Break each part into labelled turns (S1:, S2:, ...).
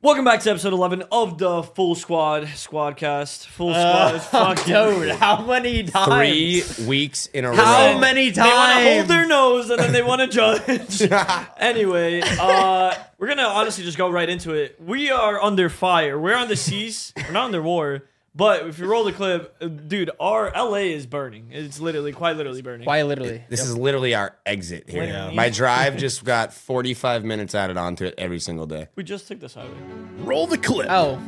S1: Welcome back to episode 11 of the Full Squad Squadcast.
S2: Uh,
S1: Full Squad is fucking.
S2: Dude, how many times?
S3: Three weeks in a
S2: How
S3: row.
S2: many
S1: They want to hold
S2: times?
S1: their nose and then they want to judge. anyway, uh, we're going to honestly just go right into it. We are under fire. We're on the seas. We're not under war. But if you roll the clip, uh, dude, our LA is burning. It's literally, quite literally burning.
S2: Why literally?
S3: This is literally our exit here.
S1: Literally.
S3: My drive just got 45 minutes added onto it every single day.
S1: We just took this highway.
S4: Roll the clip.
S2: Oh,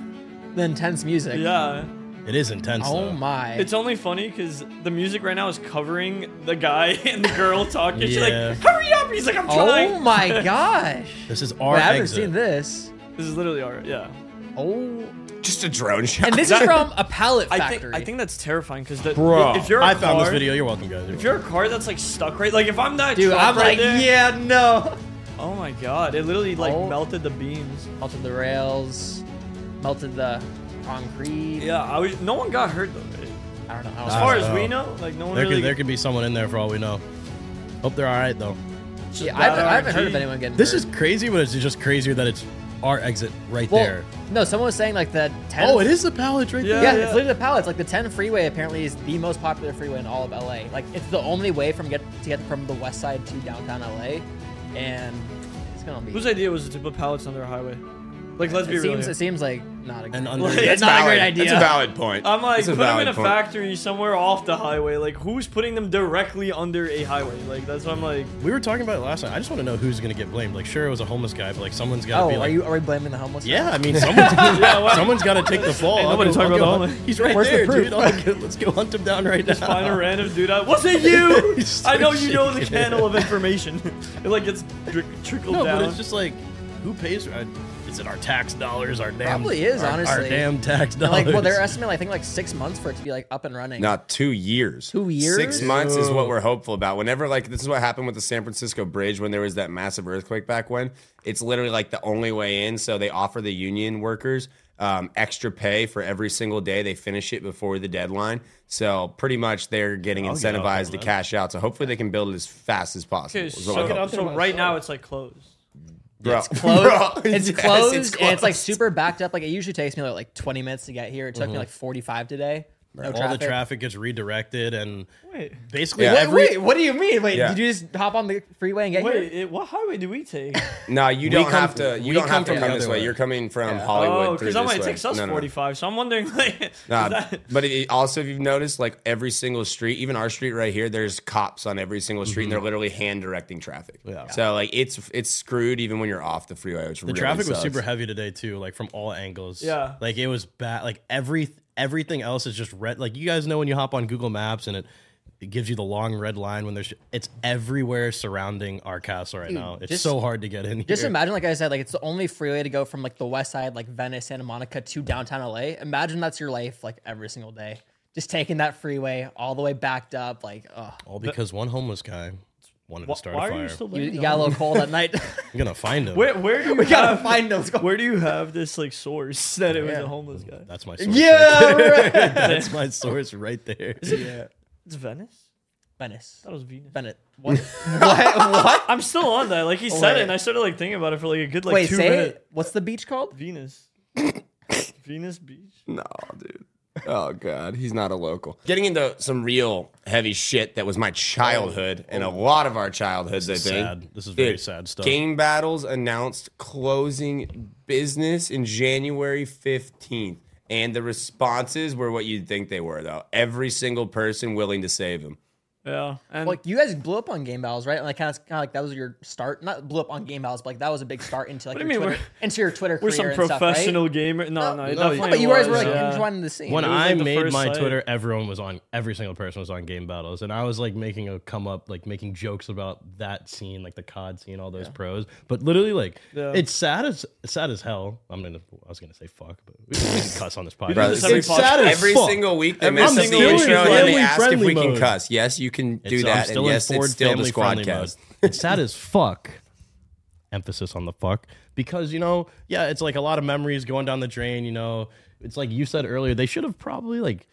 S2: the intense music.
S1: Yeah.
S4: It is intense.
S2: Oh
S4: though.
S2: my.
S1: It's only funny because the music right now is covering the guy and the girl talking. She's
S4: Yeah.
S1: like, hurry up. He's like, I'm trying.
S2: oh my gosh.
S4: This is
S2: Wait,
S4: our
S2: I haven't
S4: exit.
S2: seen this.
S1: This is literally our, yeah.
S2: Oh.
S3: Just a drone shot.
S2: And this is from a pallet
S1: I think
S2: factory.
S1: I think that's terrifying because
S4: Bro,
S1: if you're a
S4: I found
S1: car,
S4: this video. You're welcome, guys.
S1: If you're a car that's like stuck right, like if I'm that
S2: Dude,
S1: truck
S2: I'm
S1: right
S2: like,
S1: there-
S2: yeah, no.
S1: Oh my god, it literally like
S2: Oh.
S1: melted the beams.
S2: Melted the rails, melted the concrete.
S1: Yeah, I was. No one got hurt though. Right?
S2: I don't know. I
S1: As
S2: was
S4: Uh,
S1: far
S4: don't
S1: as we
S4: know.
S1: know, like no one
S4: there
S1: really.
S4: could there could be someone in there for all we know. Hope they're all right though.
S1: just
S2: yeah, I,
S1: bad
S2: haven't, I haven't
S1: RNG.
S2: heard of anyone getting
S4: This
S2: hurt.
S4: is crazy, but it's just crazier that it's our exit right
S2: Well,
S4: there.
S2: no, someone was saying like the 10.
S4: Oh, it is the pallets right
S1: Yeah.
S2: Yeah, it's literally the pallets. Like the 10 freeway apparently is the most popular freeway in all of LA. Like it's the only way from get to get from the west side to downtown LA, and it's gonna be.
S1: Whose idea was it to put pallets on their highway? Like, let's be
S2: it
S1: real.
S2: seems
S1: here.
S2: it seems like not a good.
S4: And
S2: idea.
S4: under-
S1: Like,
S4: That's
S2: it's not a great idea.
S3: That's a valid point.
S1: I'm like,
S3: That's a
S1: put them in
S3: valid
S1: a
S3: point.
S1: factory somewhere off the highway. Like, who's putting them directly under a highway? Like, that's what I'm like.
S4: there. We were talking about it last night. I just want to know who's gonna get blamed. Like, sure, it was a homeless guy, but like someone's gotta
S2: oh,
S4: be
S2: are
S4: like.
S2: you are we blaming the homeless? now?
S4: yeah, I mean, someone's,
S1: well-
S4: someone's got to take the fall.
S1: Ain't
S4: I'll
S1: nobody
S4: go-
S1: talking
S4: I'll
S1: about
S4: go
S1: the
S4: hunt-
S1: homeless.
S4: He's right
S2: Where's the
S4: there,
S2: proof?
S4: dude. I'll go- let's go hunt him down right now.
S1: Find a random dude. I, was it you?
S4: He's so
S1: I know you know the
S4: shaking.
S1: channel of information. it like gets dri- trickled
S4: No,
S1: down.
S4: but it's just like, who pays? For, uh, is it our tax dollars? Our damn
S2: Probably is,
S4: our- Our
S2: honestly.
S4: damn tax
S2: And,
S4: dollars.
S2: like well, they're estimating I think like six months for it to be like up and running.
S3: Not two years.
S2: Two years?
S3: Six months is what we're hopeful about. Whenever, like, this is what happened with the San Francisco Bridge when there was that massive earthquake back when. It's literally like the only way in. So they offer the union workers um, extra pay for every single day they finish it before the deadline. So pretty much they're getting
S4: I'll get out
S3: incentivized
S4: there,
S3: to
S4: man.
S3: cash out. So hopefully they can build it as fast as possible.
S1: Okay,
S3: is
S1: so,
S3: what we're hoping.
S1: so right now it's like closed.
S3: Bro.
S2: It's closed.
S3: Bro,
S2: it's,
S3: yes,
S2: closed, and it's like super backed up. Like it usually takes me like, like 20 minutes to get here. It took me like 45 today. No
S4: all
S2: traffic.
S4: the traffic gets redirected, and
S1: Wait,
S4: basically
S3: Yeah.
S2: Wait,
S4: every
S2: wait, what do you mean? Wait,
S3: Yeah.
S2: did you just hop on the freeway and get here?
S1: wait, it, what highway do we take? Oh,
S3: No, you don't
S4: come-
S3: have to. You
S4: we
S3: don't
S4: come
S3: have to
S4: from
S3: come
S4: the
S3: this
S4: other
S3: way.
S4: way.
S3: You're coming from Hollywood.
S1: oh,
S3: through
S1: because I'm
S3: this
S1: like, it
S3: way.
S1: takes us
S3: No, no, no.
S1: 45. So I'm wondering, like, is
S3: Nah,
S1: that-
S3: but it, also, if you've noticed, like every single street, even our street right here, there's cops on every single street, and they're literally hand directing traffic.
S4: Mm-hmm. Yeah.
S3: So like, it's it's screwed even when you're off the freeway. Which
S4: the traffic was super heavy today too, like from all angles.
S1: Yeah.
S4: like it was bad. Like every everything else is just red. Like you guys know when you hop on Google Maps and it. It gives you the long red line when there's it's everywhere surrounding our castle right now. It's
S2: just-
S4: so hard to get in here.
S2: Just imagine, like I said, like it's the only freeway to go from like the west side, like Venice, Santa Monica to downtown LA. Imagine that's your life, like every single day. Just taking that freeway all the way backed up, like oh,
S4: all because one homeless guy wanted to start a
S1: why
S4: fire.
S1: are you still
S2: you,
S1: living
S2: you got a little cold at night.
S4: I'm gonna find him.
S1: Where, where do you
S2: we gotta
S1: have-
S2: find those.
S1: Where do you have this like source that it was a homeless guy?
S4: That's my source.
S2: Yeah, right.
S4: That's my source right there.
S1: It's Venice.
S2: Venice,
S1: That was Venus.
S2: Venice. What?
S1: I'm still on that. Like he said it,
S2: Oh, Wait.
S1: and I started like thinking about it for like a good like
S2: Wait,
S1: two
S2: say
S1: minutes.
S2: it. What's the beach called?
S1: Venus. Venus Beach.
S3: No, dude. Oh god, he's not a local. Getting into some real heavy shit that was my childhood and a lot of our childhoods. I think
S4: sad. Oh. This is very sad stuff.
S3: Game Battles announced closing business in January 15th. And the responses were what you'd think they were, though. Every single person willing to save him.
S1: Yeah, and
S2: Like you guys blew up on game battles, right? Like kind of, kind of like that was your start. Not blew up on game battles, but like that was a big start into like
S1: do
S2: your
S1: you mean
S2: Twitter, into your Twitter
S1: we're
S2: career
S1: some
S2: and
S1: professional
S2: Stuff,
S1: gamer. No, no,
S2: right?
S1: it
S4: no,
S1: definitely
S2: but you
S1: was,
S2: guys
S1: uh,
S2: were like
S1: yeah.
S2: joining the scene.
S4: when
S1: was, like,
S4: I
S1: the
S4: made
S1: first
S4: my
S1: site.
S4: Twitter, everyone was on. Every single person was on game battles, and I was like making a come up, like making jokes about that scene, like the COD scene, all those pros. But literally, like
S1: Yeah.
S4: it's sad as it's sad as hell. I'm gonna. I was gonna say fuck, but we can cuss on this
S1: Bro,
S4: podcast.
S1: this every
S4: it's sad
S1: podcast.
S4: as
S3: Every
S4: fuck.
S3: single week, they
S1: Every
S3: miss the
S1: single
S3: intro
S1: week.
S3: and then they ask if
S4: Family
S3: we can
S4: mode.
S3: cuss. Yes, you can do
S4: It's- I'm
S3: that.
S4: still
S3: And
S4: in
S3: yes, it's
S4: Ford
S3: still the
S4: family friendly
S3: Squadcast.
S4: mode. It's sad as fuck. Emphasis on the fuck because you know, yeah, it's like a lot of memories going down the drain. You know, it's like you said earlier, they should have probably like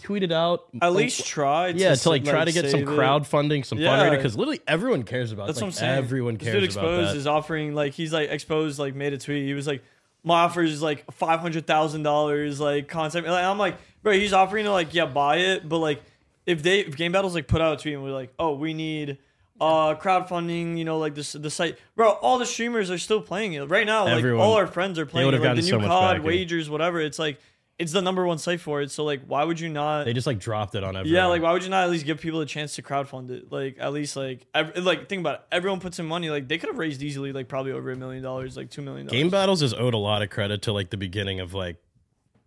S4: tweeted out
S1: At least try.
S4: yeah, to like
S1: s-
S4: try to get some
S1: save it.
S4: crowdfunding, some
S1: Yeah.
S4: fundraiser, because literally everyone cares about.
S1: That's
S4: like,
S1: what I'm saying.
S4: Everyone
S1: This
S4: cares
S1: Dude
S4: about
S1: exposed
S4: that.
S1: is offering like he's like exposed like made a tweet. He was like, my offer is like five hundred thousand dollars, like concept. Like, I'm like, bro, he's offering to like, yeah, buy it, but like, if they if Game Battles like put out a tweet and we're like, oh, we need uh crowdfunding, you know, like this the site, bro, all the streamers are still playing it right now. Like
S4: Everyone.
S1: all our friends are playing it,
S4: would've
S1: like the
S4: gotten so
S1: new
S4: much
S1: COD
S4: back, yeah.
S1: wagers, whatever. It's like it's the number one site for it. So like, why would you not?
S4: They just like dropped it on everyone.
S1: Yeah, like why would you not at least give people a chance to crowdfund it? Like at least like ev- like think about it. Everyone puts in money. Like they could have raised easily like probably over a million dollars, like two million. dollars.
S4: Game battles is owed a lot of credit to like the beginning of like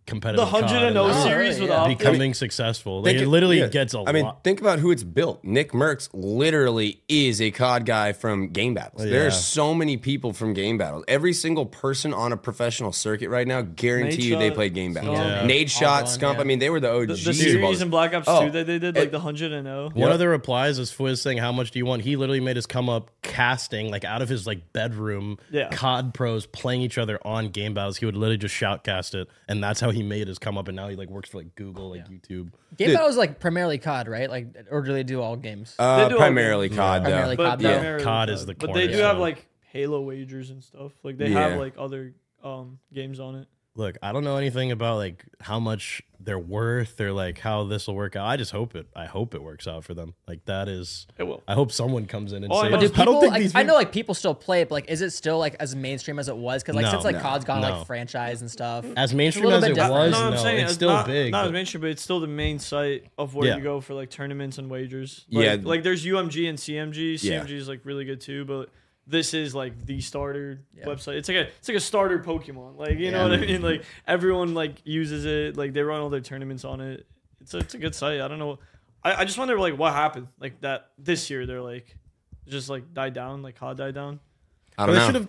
S4: competitive
S1: the hundred and
S4: COD
S1: O
S4: like,
S2: Oh,
S1: series
S2: yeah.
S1: with Optic.
S4: becoming successful. Like
S3: Think
S4: it literally
S3: yeah.
S4: gets a lot.
S3: I mean, think about who it's built. Nick Merckx literally is a COD guy from Game Battles. There
S4: Oh, Yeah.
S3: are so many people from Game Battles. Every single person on a professional circuit right now, guarantee
S1: Nade
S3: you they
S1: Shot,
S3: played Game Battles.
S1: Scump. Yeah.
S3: Nade Shot,
S2: All done,
S3: Scump.
S2: yeah.
S3: I mean, they were the OGs.
S1: the,
S3: of
S1: the
S3: all
S1: series
S3: this.
S1: in Black Ops
S3: Oh,
S1: Two that they did like the hundred and oh. O.
S4: One of the replies is Fwiz saying, "How much do you want?" He literally made his come up casting like out of his like bedroom.
S1: Yeah.
S4: COD pros playing each other on game battles. He would literally just shout cast it, and that's how he made his come up. And now he like works for like Google, like YouTube.
S2: Game battles like primarily COD, right? Like, or do they do all games?
S3: Uh,
S1: They do all
S3: primarily COD, though.
S2: Primarily
S1: But
S2: COD,
S1: yeah.
S2: though.
S1: primarily
S4: COD is the
S1: But they do
S4: cornerstone.
S1: have like Halo wagers and stuff. Like they
S3: Yeah.
S1: have like other um games on it.
S4: Look, I don't know anything about like how much they're worth or like how this will work out. I just hope it. I hope it works out for them. Like that is.
S1: It will.
S4: I hope someone comes in and
S1: Oh, I
S4: saves.
S1: know.
S2: But do
S4: I
S2: people,
S4: don't think
S2: like,
S4: these.
S2: I
S4: people-
S2: know like people still play it, but like, is it still like as mainstream as it was? Because like
S4: No,
S2: since like
S4: no,
S2: COD's gone
S4: no.
S2: like franchise and stuff,
S4: as mainstream
S2: little
S4: as
S2: bit
S4: it
S2: different.
S4: was,
S1: No,
S4: no,
S1: I'm saying
S4: it's still
S1: not,
S4: big.
S1: Not
S4: but-
S1: as mainstream, but it's still the main site of where
S4: Yeah.
S1: you go for like tournaments and wagers. Like,
S3: Yeah.
S1: like there's UMG and CMG. CMG
S3: Yeah.
S1: is like really good too, but this is like the starter website. It's like a it's like a starter Pokemon. Like you know what I mean? Like everyone like uses it. Like they run all their tournaments on it. It's a, it's a good site. I don't know. I, I just wonder like what happened like that this year. They're like just like died down. Like how died down.
S3: I
S4: Or
S3: don't
S4: They
S3: know.
S4: should have.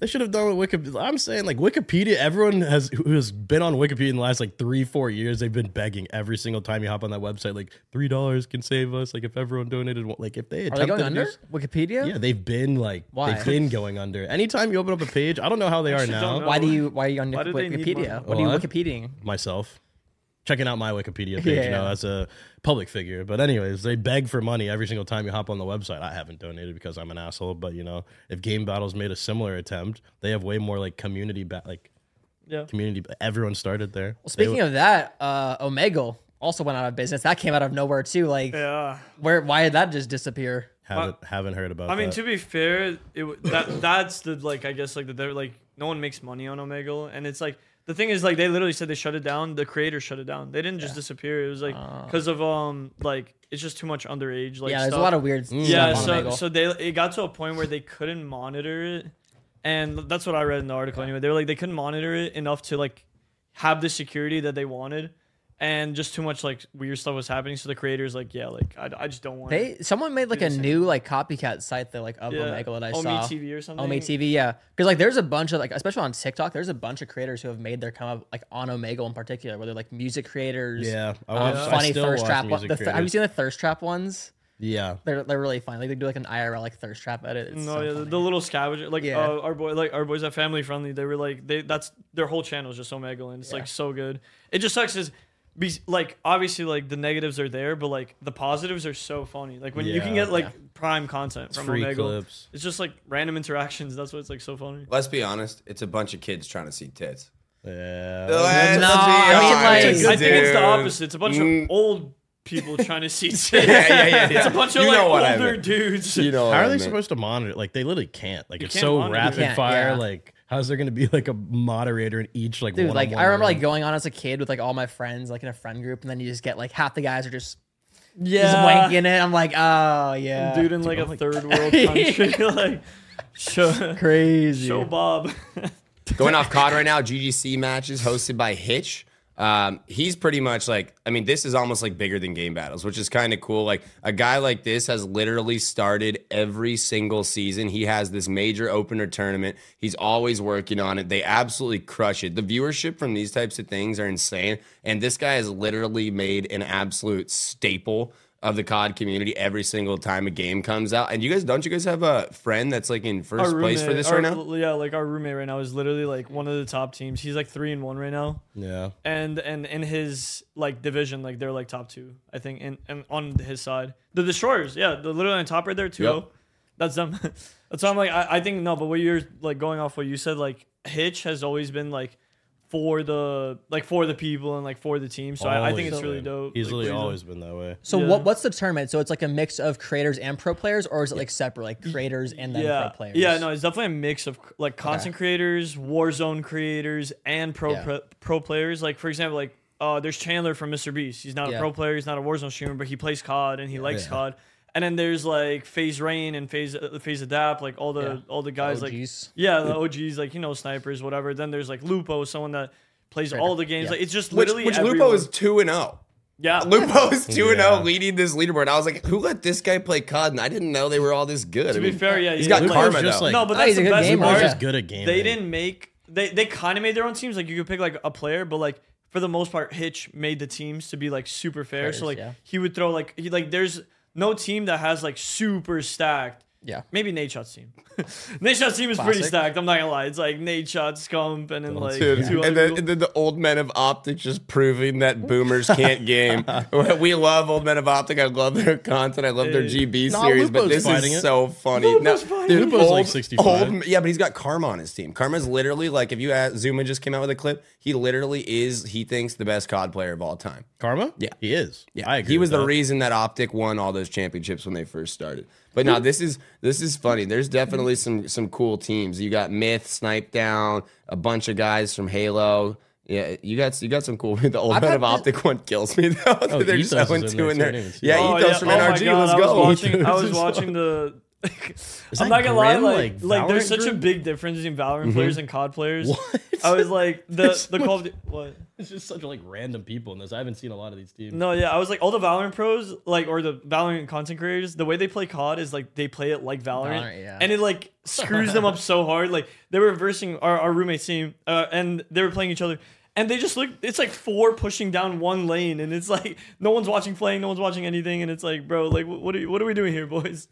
S4: They should have done what Wikipedia. I'm saying like Wikipedia. Everyone has who has been on Wikipedia in the last like three, four years. They've been begging every single time you hop on that website. Like three dollars can save us. Like if everyone donated, one- like if they
S2: are they
S4: attempted
S2: going
S4: to do
S2: under
S4: s-
S2: Wikipedia?
S4: Yeah, they've been like
S2: Why?
S4: they've been going under. Anytime you open up a page, I don't know how they are
S1: actually don't
S4: now.
S1: know.
S2: Why do you why are you on
S1: Why do they need
S2: Wikipedia?
S1: money?
S2: What are you
S4: What?
S2: Wikipediaing?
S4: Myself checking out my Wikipedia page
S2: Yeah.
S4: now as a public figure. But anyways, they beg for money every single time you hop on the website. I haven't donated because I'm an asshole. But you know, if Game Battles made a similar attempt, they have way more like community ba- like
S1: Yeah.
S4: community. Everyone started there.
S2: Well, speaking of that, uh, Omegle also went out of business. That came out of nowhere too. Like,
S1: Yeah.
S2: where why did that just disappear?
S4: haven't, haven't heard about.
S1: I mean,
S4: that.
S1: to be fair, it w- that that's the like I guess like the they're like no one makes money on Omegle, and it's like the thing is like they literally said they shut it down. The creators shut it down. They didn't just disappear. It was like because of um like it's just too much underage like
S2: Ah. yeah,
S1: stuff.
S2: there's a lot of weird.
S1: yeah.
S2: stuff on
S1: So
S2: Omegle.
S1: so they it got to a point where they couldn't monitor it, and that's what I read in the article anyway. They were like they couldn't monitor it enough to like have the security that they wanted. And just too much like weird stuff was happening, so the creators like, yeah, like I, I just don't want.
S2: They someone made like a new like copycat site that like of
S1: Yeah,
S2: Omegle that I
S1: Omi
S2: saw.
S1: TV or something?
S2: Omi TV, yeah. Because like there's a bunch of like especially on TikTok, there's a bunch of creators who have made their come up like on Omegle in particular, where they're like music creators.
S4: Yeah, I
S2: um,
S4: watch- I
S2: funny
S4: still
S2: thirst
S4: watch
S2: trap. One,
S4: music
S2: the, th- have you
S4: creators.
S2: seen the thirst trap ones?
S4: yeah,
S2: They're they're really funny. Like they do like an IRL like thirst trap edit. It's
S1: No,
S2: so
S1: yeah, the-
S2: funny.
S1: the little scavenger, like
S2: Yeah.
S1: uh, our boy, like our boys at Family Friendly, they were like they that's their whole channel is just Omegle, and it's like so good. It just sucks is, be, like obviously like the negatives are there, but like the positives are so funny. Like when you can
S4: Yeah.
S1: get like prime content from
S4: free
S1: Omegle,
S4: clips.
S1: it's just like random interactions. That's why it's like so funny.
S3: Let's be honest. It's a bunch of kids trying to see tits.
S4: yeah.
S3: Let's
S2: no,
S3: be
S2: I mean,
S3: honest,
S2: like-
S1: I think it's the
S3: dude.
S1: opposite. It's a bunch
S3: Mm.
S1: of old people trying to see tits.
S3: yeah, yeah, yeah,
S1: It's
S3: yeah.
S1: a bunch of
S3: You
S1: like
S3: know what I
S1: older
S3: meant.
S1: dudes.
S3: You know, what
S4: How
S3: I
S4: are they
S3: meant.
S4: supposed to monitor? Like they literally can't. Like it's
S1: can't
S4: so
S1: monitor.
S4: rapid
S1: You
S2: can't,
S4: fire.
S2: yeah.
S4: Like how's there going to be like a moderator in each like
S2: Dude,
S4: one?
S2: like I remember like going on as a kid with like all my friends, like in a friend group, and then you just get like half the guys are just just wanking it. I'm like, oh yeah,
S1: dude in like a third world country, like show,
S2: crazy.
S1: show Bob.
S3: Going off COD right now, GGC matches hosted by Hitch. Um, he's pretty much like, I mean, this is almost like bigger than game battles, which is kind of cool. Like a guy like this has literally started every single season. He has this major opener tournament. He's always working on it. They absolutely crush it. The viewership from these types of things are insane. And this guy has literally made an absolute staple of the COD community every single time a game comes out. And you guys, don't you guys have a friend that's like in first place for this
S1: our-
S3: right now?
S1: Yeah, like our roommate right now is literally like one of the top teams. He's like three and one right now,
S4: yeah.
S1: and and in his like division, like they're like top two, I think, and and on his side, the destroyers, yeah, they're literally on top right there too.
S3: Yep.
S1: That's them. That's why I'm like, I, I think no, but what you're like going off what you said, like Hitch has always been like for the like for the people and like for the team. So I, I think
S4: Always
S1: it's really
S4: been.
S1: dope.
S4: He's
S1: Like,
S4: literally
S1: what he's
S4: always been that way.
S2: So
S1: Yeah.
S2: what what's the tournament? So it's like a mix of creators and pro players, or is it like separate, like creators and then
S1: yeah.
S2: pro players?
S1: Yeah, no, it's definitely a mix of like content creators, Warzone creators, and pro
S2: Yeah.
S1: pro, pro players. Like for example, like uh, there's Chandler from Mr. Beast. He's not
S2: Yeah.
S1: a pro player. He's not a Warzone streamer, but he plays COD and he likes COD. And then there's like Phase Rain and Phase uh, Phase Adapt, like all the
S2: Yeah.
S1: all the guys like
S2: OGs.
S1: yeah the OGs like you know snipers whatever. Then there's like Lupo, someone that plays all the games.
S2: yeah.
S1: Like it's just
S3: Which,
S1: literally
S3: which Lupo
S1: everyone.
S3: is two and zero.
S1: yeah
S3: Lupo is two and zero
S4: Yeah.
S3: leading this leaderboard. I was like, who let this guy play COD? And I didn't know they were all this
S1: To
S3: good. I
S1: be
S3: mean,
S1: fair, yeah,
S3: he's
S1: you
S3: got
S1: can, like-
S3: karma
S4: just
S3: though.
S4: like-
S1: No, but
S2: Oh,
S1: that's
S2: he's a
S1: the
S2: good
S1: best
S2: gamer,
S1: part.
S2: yeah.
S4: He's good at gaming.
S1: they didn't make they they kind of made their own teams. Like you could pick like a player, but like for the most part, Hitch made the teams to be like super fair.
S2: Players,
S1: so like
S2: yeah.
S1: he would throw like he like there's no team that has like super stacked.
S2: Yeah.
S1: Maybe Nate Shot's team. Nate Shot's team is pretty
S2: Classic.
S1: stacked. I'm not gonna lie. It's like Nate Shot, Scump, and then like
S3: Dude,
S1: two
S3: and,
S1: other
S3: then,
S1: people.
S3: and then the old men of Optic just proving that boomers can't game. we love old men of Optic. I love their content. I love their
S1: Hey.
S3: GB
S4: Nah,
S3: series, but this is
S4: Lupo's fighting it.
S3: so funny.
S1: Lupo's fighting it.
S4: Lupo's like 65.
S3: yeah, but he's got Karma on his team. Karma's literally like if you ask, Zuma just came out with a clip. He literally is. He thinks the best COD player of all time.
S4: Karma?
S3: Yeah.
S4: He is.
S3: Yeah,
S4: I agree.
S3: He was
S4: with
S3: the
S4: that.
S3: reason that Optic won all those championships when they first started. But now this is this is funny. There's definitely some some cool teams. You got Myth, Snipe Down, a bunch of guys from Halo. Yeah, you got you got some cool. The old
S2: I've
S3: man
S2: had
S3: of
S2: this-
S3: Optic one kills me though. They're just
S4: Ethos is
S3: going
S4: in
S3: two
S4: there
S3: in
S4: too. I
S3: there.
S4: didn't even see
S3: Yeah,
S4: that.
S1: Oh,
S3: Ethos from
S1: yeah. Oh my
S3: NRG.
S1: God,
S3: Let's
S1: I
S3: go.
S1: was watching. I was
S4: Ethos.
S1: watching the. I'm
S4: that
S1: not gonna lie,
S4: Grim,
S1: like,
S4: like,
S1: like there's
S4: Valorant
S1: such a
S4: Grim?
S1: big difference between Valorant players and COD players.
S4: What?
S1: I was like the
S4: There's
S1: the
S4: so
S1: Call of Duty, what?
S4: It's just such like random people in this. I haven't seen a lot of these teams.
S1: No, yeah, I was like all the Valorant pros, like or the Valorant content creators, the way they play COD is like they play it like Valorant,
S2: Valorant, yeah.
S1: and it like screws them up so hard. Like they were versing our, our roommate's team, uh, and they were playing each other, and they just look. It's like four pushing down one lane, and it's like no one's watching flank, no one's watching anything, and it's like, bro, like wh- what are you, what are we doing here, boys?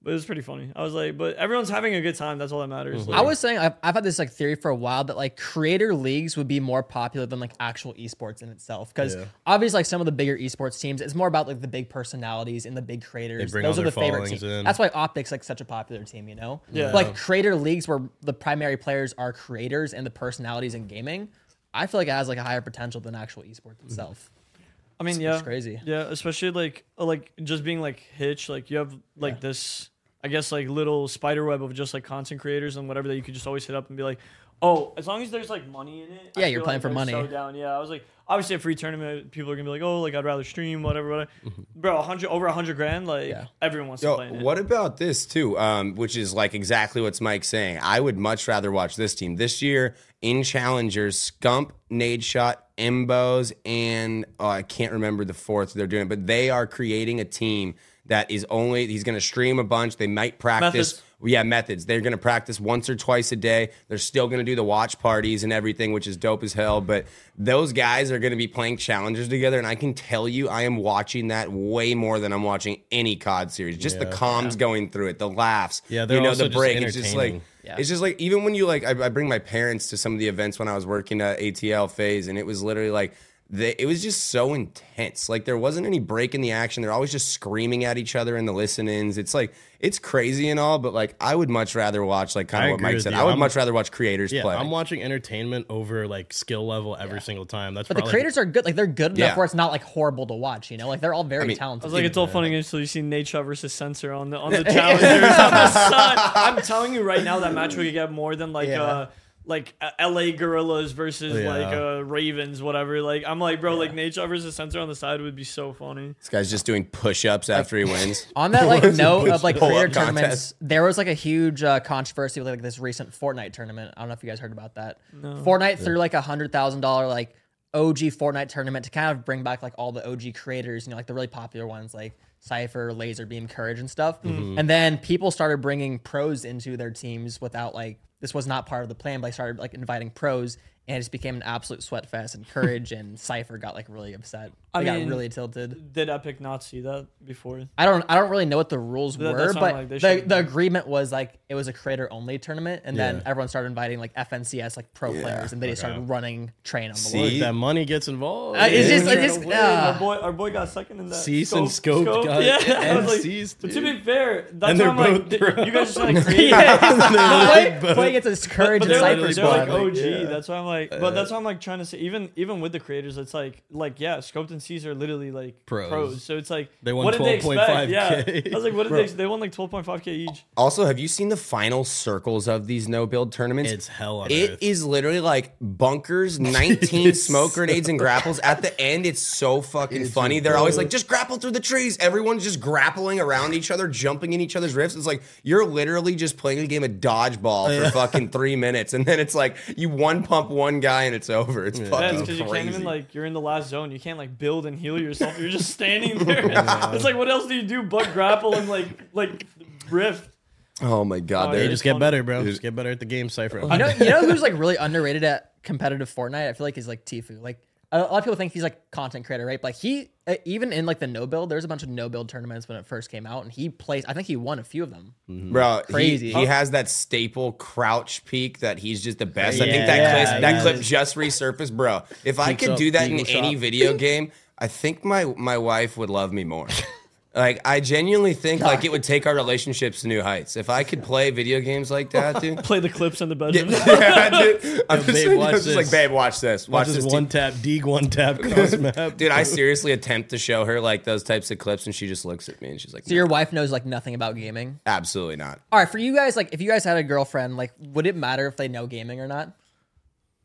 S1: But it was pretty funny. I was like, but everyone's having a good time. That's all that matters. Like,
S2: I was saying I've, I've had this like theory for a while that like creator leagues would be more popular than like actual esports in itself because
S4: Yeah.
S2: obviously like some of the bigger esports teams it's more about like the big personalities and the big creators.
S4: bring
S2: Those
S4: all
S2: are the
S4: their
S2: favorite
S4: followings
S2: teams.
S4: in.
S2: That's why Optics like such a popular team, you know.
S1: Yeah.
S2: Like creator leagues where the primary players are creators and the personalities in gaming. I feel like it has like a higher potential than actual esports itself.
S1: I mean, yeah,
S2: crazy.
S1: Yeah, especially like uh, like just being like Hitch, like you have like this, I guess like little spider web of just like content creators and whatever that you could just always hit up and be like, oh, as long as there's like money in it. I
S2: Yeah, you're
S1: feel
S2: playing
S1: like
S2: for
S1: I'm
S2: money.
S1: So down, yeah. I was like, obviously a free tournament, people are gonna be like, oh, like I'd rather stream, whatever, whatever. Bro, a hundred over a hundred grand, like
S2: Mm-hmm. Yeah.
S1: everyone wants to play in
S3: Yo,
S1: it.
S3: what about this too? Um, which is like exactly what's Mike saying. I would much rather watch this team this year in challengers. Scump, Nade Shot, Embos, and oh, I can't remember the fourth they're doing, but they are creating a team that is only he's going to stream a bunch. They might practice.
S1: Methods.
S3: Yeah, methods. They're going to practice once or twice a day. They're still going to do the watch parties and everything, which is dope as hell. But those guys are going to be playing challengers together. And I can tell you, I am watching that way more than I'm watching any COD series. Just the
S4: Yeah.
S3: comms going through it, the laughs,
S4: Yeah, they're
S3: you know,
S4: also
S3: the
S4: just
S3: break. It's just like,
S4: entertaining.
S2: Yeah.
S3: it's just like, even when you like, I, I bring my parents to some of the events when I was working at ATL phase, and it was literally like, they, it was just so intense. Like there wasn't any break in the action. They're always just screaming at each other in the listen-ins. It's like it's crazy and all, but like I would much rather watch like kind
S4: I
S3: of what
S4: agree
S3: Mike
S4: with
S3: said.
S4: you.
S3: I would
S4: I'm-
S3: much rather watch creators
S4: Yeah,
S3: play.
S4: I'm watching entertainment over like skill level every single time. That's
S2: But the
S4: probably
S2: creators are good. Like they're good enough
S3: Yeah.
S2: where it's not like horrible to watch. You know, like they're all very
S3: mean,
S1: I
S2: talented.
S1: was like, it's all fun and games until you see Nature versus Sensor on the on the challengers on the sun. I'm telling you right now, that match would get more than like
S2: Yeah.
S1: uh like uh, L.A. Gorillas versus
S4: Yeah.
S1: like uh Ravens, whatever. Like I'm like, bro, like Nature versus Sensor on the side would be so funny.
S3: this guy's just doing push-ups after he wins.
S2: On that like note of like
S3: pull-up
S2: creator
S3: contest.
S2: tournaments, there was like a huge uh, controversy with like this recent Fortnite tournament. I don't know if you guys heard about that. Fortnite threw like a hundred thousand dollar like OG Fortnite tournament to kind of bring back like all the OG creators, you know, like the really popular ones like Cypher, Laserbeam, Courage, and stuff. And then people started bringing pros into their teams without like this was not part of the plan, but they started like inviting pros and it just became an absolute sweat fest. And Courage and Cipher got like really upset. They
S1: I
S2: got
S1: mean-
S2: really tilted.
S1: Did Epic not see that before?
S2: I don't I don't really know what the rules
S1: That- that
S2: were,
S1: sound
S2: but
S1: like they
S2: the,
S1: should-
S2: the agreement was like it was a creator only tournament, and then everyone started inviting like FNCS like pro players, and they just started running train on the
S3: See?
S2: wall.
S4: If that money gets involved.
S2: Uh, it's just,
S1: Yeah,
S2: it's just,
S1: no way.
S2: uh,
S1: our boy, our boy got second in that.
S4: Cease and Scope got
S1: yeah.
S4: it.
S1: I was
S4: And
S1: like-
S4: Cease,
S1: but to
S4: dude.
S1: be fair, that's
S4: And
S1: why
S4: they're
S1: I'm like,
S4: both
S1: th-
S4: drunk.
S1: you guys are trying to create.
S2: play, playing against this Courage
S1: But
S2: and
S1: they're
S4: like-
S2: Cypher
S1: like,
S4: Cypher's
S1: they're like
S2: squad.
S4: like,
S1: OG.
S4: yeah.
S1: That's why I'm like, but that's why I'm like trying to say, even even with the creators, it's like, like yeah, Scoped and C's are literally like
S4: Pros.
S1: pros. So it's like,
S4: They won
S1: what did they expect?
S4: 12.5K.
S1: Yeah, I was like, what did they? They won like 12.5k each.
S3: Also, have you seen the final circles of these no build tournaments?
S4: It's hell on
S3: It
S4: earth.
S3: is literally like bunkers, 19 smoke grenades and grapples. At the end, it's so fucking funny. They're always like, just grapple through the trees. Everyone's just grappling around each other, jumping in each other's rifts. It's like you're literally just playing a game of dodgeball for fucking three minutes. And then it's like you one pump one guy and it's over. It's
S1: Yeah,
S3: fucking
S1: because
S3: crazy.
S1: you can't even like you're in the last zone. You can't like build and heal yourself. You're just standing there. It's like what else do you do but grapple and like like rift?
S3: oh my God.
S1: Oh,
S3: they're
S1: yeah,
S4: Hey,
S3: just
S4: just
S1: funny.
S4: get better, bro. Just get better at the game, Cypher.
S2: You know, you know who's like really underrated at competitive Fortnite? I feel like he's like Tifu. Like a lot of people think he's like content creator, right? But like he uh, even in like the no build, there's a bunch of no build tournaments when it first came out, and he plays. I think he won a few of them.
S3: Bro, he-
S2: Crazy.
S3: He, has that staple crouch peak that he's just the best. I
S4: Yeah,
S3: think that
S4: yeah,
S3: clip, that
S4: yeah.
S3: clip just resurfaced, bro. If I
S4: Peaks
S3: could
S4: up,
S3: do that in
S4: eagle
S3: any
S4: shot.
S3: video game, I think my my wife would love me more. like I genuinely think like it would take our relationships to new heights if I could play video games like that, dude.
S1: Play the clips in the bedroom.
S3: yeah, dude. I'm just, like-
S4: babe,
S3: I'm
S4: watch
S3: just
S4: this.
S3: like, babe, watch this. Watch,
S4: Watch this
S3: this.
S4: one tap, Deeg one tap cross map.
S3: Dude, I seriously attempt to show her like those types of clips, and she just looks at me and she's like,
S2: So your wife knows like nothing about gaming.
S3: absolutely not.
S2: All right, for you guys, like if you guys had a girlfriend, like would it matter if they know gaming or not?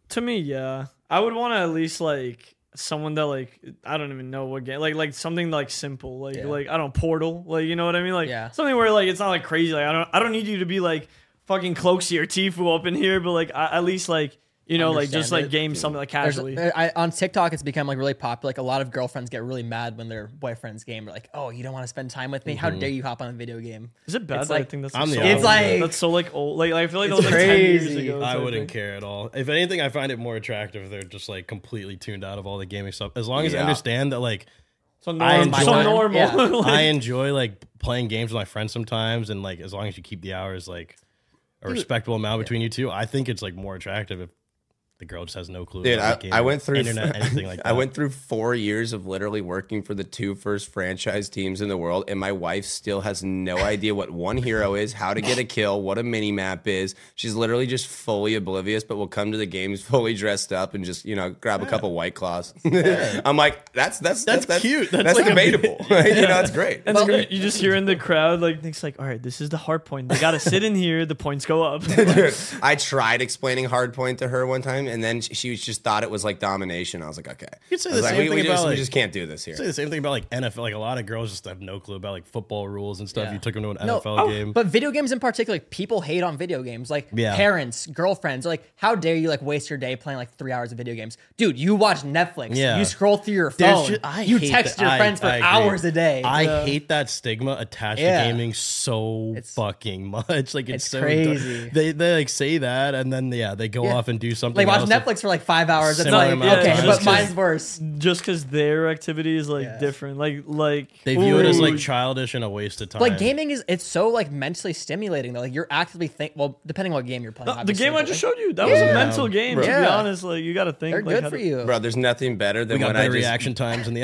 S1: to me, yeah, I would want to at least like someone that like I don't even know what game, like like something like simple, like like I don't Portal, like you know what I mean, like
S2: Yeah.
S1: something where like it's not like crazy. Like I don't I don't need you to be like fucking Cloaksy or Tifu up in here, but like I, at least like you know like just
S2: Understand
S1: like
S2: it.
S1: game something like
S2: There's,
S1: casually.
S2: there- I, on TikTok, it's become like really popular. Like a lot of girlfriends get really mad when their boyfriend's game. They're like, "Oh, you don't want to spend time with me? How
S4: Mm-hmm.
S2: dare you hop on a video game?"
S1: Is it bad?
S2: It's
S1: that I
S2: like-
S1: think that's
S4: I'm
S1: so
S4: the
S1: old?
S4: opposite.
S2: It's like-
S1: that's so like old. Like I feel like that was
S2: It's
S1: like ten years
S2: crazy.
S1: ago.
S4: I
S1: type of
S4: wouldn't
S1: thing.
S4: care at all. If anything, I find it more attractive if they're just like completely tuned out of all the gaming stuff. As long as I
S3: Yeah.
S4: understand that like
S1: So
S4: I
S1: normal.
S4: enjoy
S1: So
S4: it.
S1: normal.
S2: Yeah.
S1: Like,
S4: I enjoy like playing games with my friends sometimes, and like as long as you keep the hours like a respectable amount between you two, I think it's like more attractive if the girl just has no clue.
S3: Dude,
S4: about
S3: I,
S4: the game,
S3: I went through
S4: internet, anything like that.
S3: I went through four years of literally working for the two first franchise teams in the world, and my wife still has no idea what one hero is, how to get a kill, what a mini map is. She's literally just fully oblivious, but will come to the games fully dressed up and just you know grab a couple white claws. I'm like, that's that's
S4: That's cute.
S3: That's,
S4: That's like a-
S3: debatable. You know, that's great.
S1: And then you, you just hear in the crowd, like Nick's like, all right, this is the hard point. They gotta sit in here. The points go up.
S3: Dude, I tried explaining hardpoint to her one time, and then she she was just thought it was like domination. I was like, okay,
S4: You could say
S3: I was
S4: the
S3: like,
S4: same
S3: we, we
S4: thing
S3: just,
S4: about,
S3: we
S4: like-
S3: just can't do this here.
S4: Say the same thing about like NFL. Like a lot of girls just have no clue about like football rules and stuff.
S2: Yeah.
S4: You took them to an
S2: No,
S4: NFL
S2: oh,
S4: game.
S2: But video games in particular, like, people hate on video games. Like
S4: Yeah.
S2: parents, girlfriends, like how dare you like waste your day playing like three hours of video games, dude? You watch Netflix.
S4: Yeah.
S2: You scroll through your
S4: There's
S2: phone.
S4: ju- I
S2: you
S4: hate
S2: text
S4: that-
S2: your
S4: I-
S2: friends for
S4: I agree.
S2: hours a day.
S4: I hate that stigma attached
S2: Yeah.
S4: to gaming so
S2: It's-
S4: fucking much. Like it's,
S2: it's
S4: so
S2: crazy.
S4: They they like say that and then yeah they go
S2: Yeah.
S4: off and do something.
S2: like watch
S4: else.
S2: Netflix for like five hours. It's
S4: Similar
S2: like
S4: amount
S1: of
S2: okay,
S1: time.
S2: but
S1: Just
S2: mine's
S1: 'cause-
S2: worse.
S1: just because their activity is like
S2: Yeah.
S1: different. Like like
S4: They view it as
S1: Ooh.
S4: like childish and a waste of time.
S2: But like gaming is it's so like mentally stimulating though. Like you're actively think well, depending on what game you're playing.
S1: the
S2: obviously,
S1: game I
S2: but,
S1: just
S2: like,
S1: showed you. That was a mental game. To be
S2: Yeah.
S1: honest, like you gotta think.
S2: They're
S1: like, how
S2: good for
S1: to-
S2: you.
S3: Bro, there's nothing better than
S4: we got
S3: when I
S4: better
S3: just
S4: reaction times in the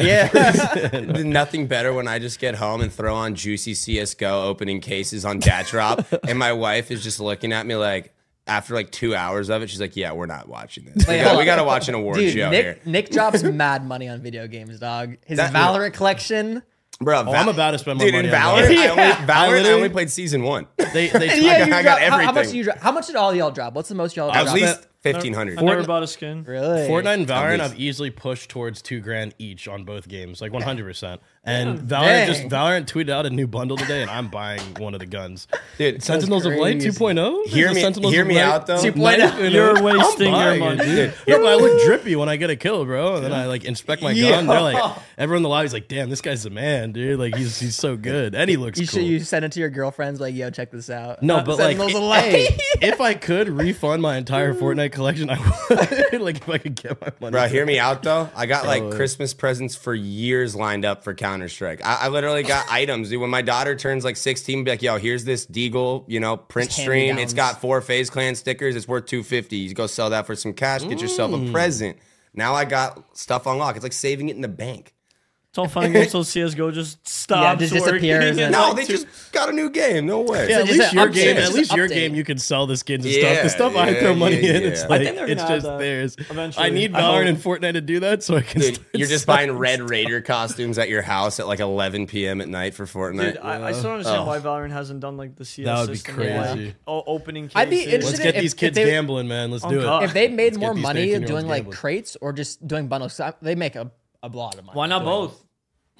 S3: nothing better when I just get home and throw on juicy CS:GO opening cases on Dat Drop, and my wife is just looking at me like. After like two hours of it, she's like, "Yeah, we're not watching this. We,
S2: Wait,
S3: got,
S2: hold
S3: we
S2: on.
S3: got to watch an award
S2: Dude,
S3: show
S2: Nick
S3: here,
S2: Nick drops mad money on video games, dog. His
S3: That-
S2: Valorant collection.
S3: bro."
S4: Oh, I'm about to spend more
S3: dude,
S4: money
S3: in
S4: on
S3: Valorant.
S4: Valorant.
S3: I, only,
S4: I
S3: Valorant I
S4: literally-
S3: only played season one.
S4: They they
S2: yeah,
S3: got-
S2: you
S3: I
S2: drop,
S3: got
S2: how- How, much
S3: everything.
S2: did you drop? How much did all y'all drop? What's the most y'all
S3: At
S2: drop?
S3: least fifteen hundred.
S1: I never bought a skin.
S2: really?
S4: Fortnite and Valorant
S3: least.
S4: I've easily pushed towards two grand each on both games, like 100. percent And Valorant just
S2: Dang.
S4: Valorant tweeted out a new bundle today, and I'm buying one of the guns.
S3: Dude,
S4: Sentinels of Light
S2: crazy.
S4: 2.0. There's
S3: Hear
S4: a
S3: me-
S4: Sentinels
S3: hear
S4: of
S3: me
S4: Light
S3: out, though.
S4: knife
S2: 2.0.
S4: and
S1: You're
S4: a- I'm
S1: wasting your
S4: buying it,
S1: money.
S4: dude. No, but I look drippy when I get a kill, bro. And then I like inspect my gun. They're like, everyone in the lobby's like, "Damn, this guy's a man, dude. Like he's he's so good, and he looks
S2: You
S4: cool."
S2: should you send it to your girlfriends like, yo, check this out. Uh,
S4: No, but like,
S2: Sentinels of
S4: i-
S2: Light.
S4: hey, if I could refund my entire Fortnite collection, I would. like, if I could get my money.
S3: Bro,
S4: back.
S3: hear me out though. I got like
S4: Totally.
S3: Christmas presents for years lined up for Counter Strike. I, I literally got items, dude. When my daughter turns like 16, be like, yo, here's this Deagle, you know, print
S2: Just
S3: stream.
S2: hand-me-downs.
S3: It's got four Phase Clan stickers. It's worth 250. You go sell that for some cash, get yourself a present. Now I got stuff unlocked. It's like saving it in the bank.
S1: It's all fun and games till CSGO just stops
S2: just disappears
S1: working.
S2: and-
S1: No,
S3: No, they just got a new game. No way.
S4: Yeah,
S2: So
S4: at
S2: just
S4: least
S2: an
S4: your
S2: update,
S4: game.
S2: just
S4: At
S2: an
S4: least your
S2: update.
S4: game, you can sell the skins and
S3: Yeah,
S4: stuff. The stuff I
S3: yeah,
S4: throw money
S3: yeah,
S4: in, it's
S3: yeah. I
S4: like
S1: think they're gonna
S4: it's
S1: have
S4: just
S1: that
S4: theirs. I
S1: eventually.
S4: need
S1: I
S4: Valorant
S1: hope.
S4: and Fortnite to do that, so I can.
S3: Dude,
S4: start
S3: you're just
S4: selling
S3: buying Red Raider costumes at your house at like 11 p.m. at night for Fortnite.
S1: Dude, I, I still don't understand why Valorant hasn't done like the CS
S4: That would be
S1: system,
S4: crazy.
S1: like, o- opening cases.
S2: I'd be interested
S4: Let's
S2: Shouldn't
S4: get
S2: if-
S4: these
S2: if
S4: kids
S2: they-
S4: gambling, man. Let's
S1: Oh,
S4: do
S1: God.
S4: it.
S2: if they made
S4: get
S2: more
S4: these
S2: money
S4: 13-year-olds
S2: doing like
S4: gambling.
S2: crates or just doing bundles, I- they make a, a lot of money.
S1: Why not both?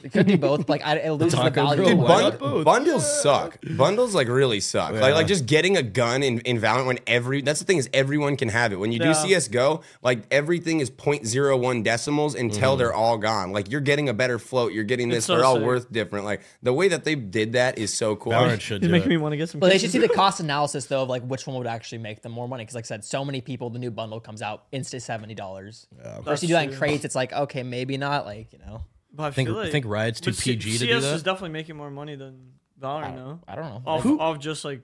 S2: It could be both. Like I, it loses the
S4: Taco
S2: value.
S4: Bell
S2: of
S3: Dude,
S4: Why
S2: what-
S3: bund-
S4: not both?
S3: bundles suck. Bundles like really suck. Like
S4: Yeah.
S3: like just getting a gun in, in Valorant when every that's the thing is everyone can have it. When you
S1: Yeah.
S3: do CS:GO, like everything is 0.01 decimals until
S4: Mm-hmm.
S3: they're all gone. Like you're getting a better float. You're getting this.
S1: It's so
S3: they're all
S1: sick.
S3: worth different. Like the way that they did that is so cool.
S4: Valorant should
S1: He's
S4: do
S1: making
S4: it.
S1: me want to get some.
S2: But they should
S1: cases.
S2: see the cost analysis though of like which one would actually make them more money. Because like I said, so many people, the new bundle comes out insta seventy dollars. Versus you do that in
S1: true.
S2: crates, it's like okay, maybe not. Like you know,
S1: But I
S4: Think-
S1: feel like,
S4: think Riot's too
S1: but C-
S4: PG to
S1: CS
S4: do that?
S1: is definitely making more money than Valorant, no? Oh,
S2: I don't know.
S1: Off,
S2: Like,
S1: off just like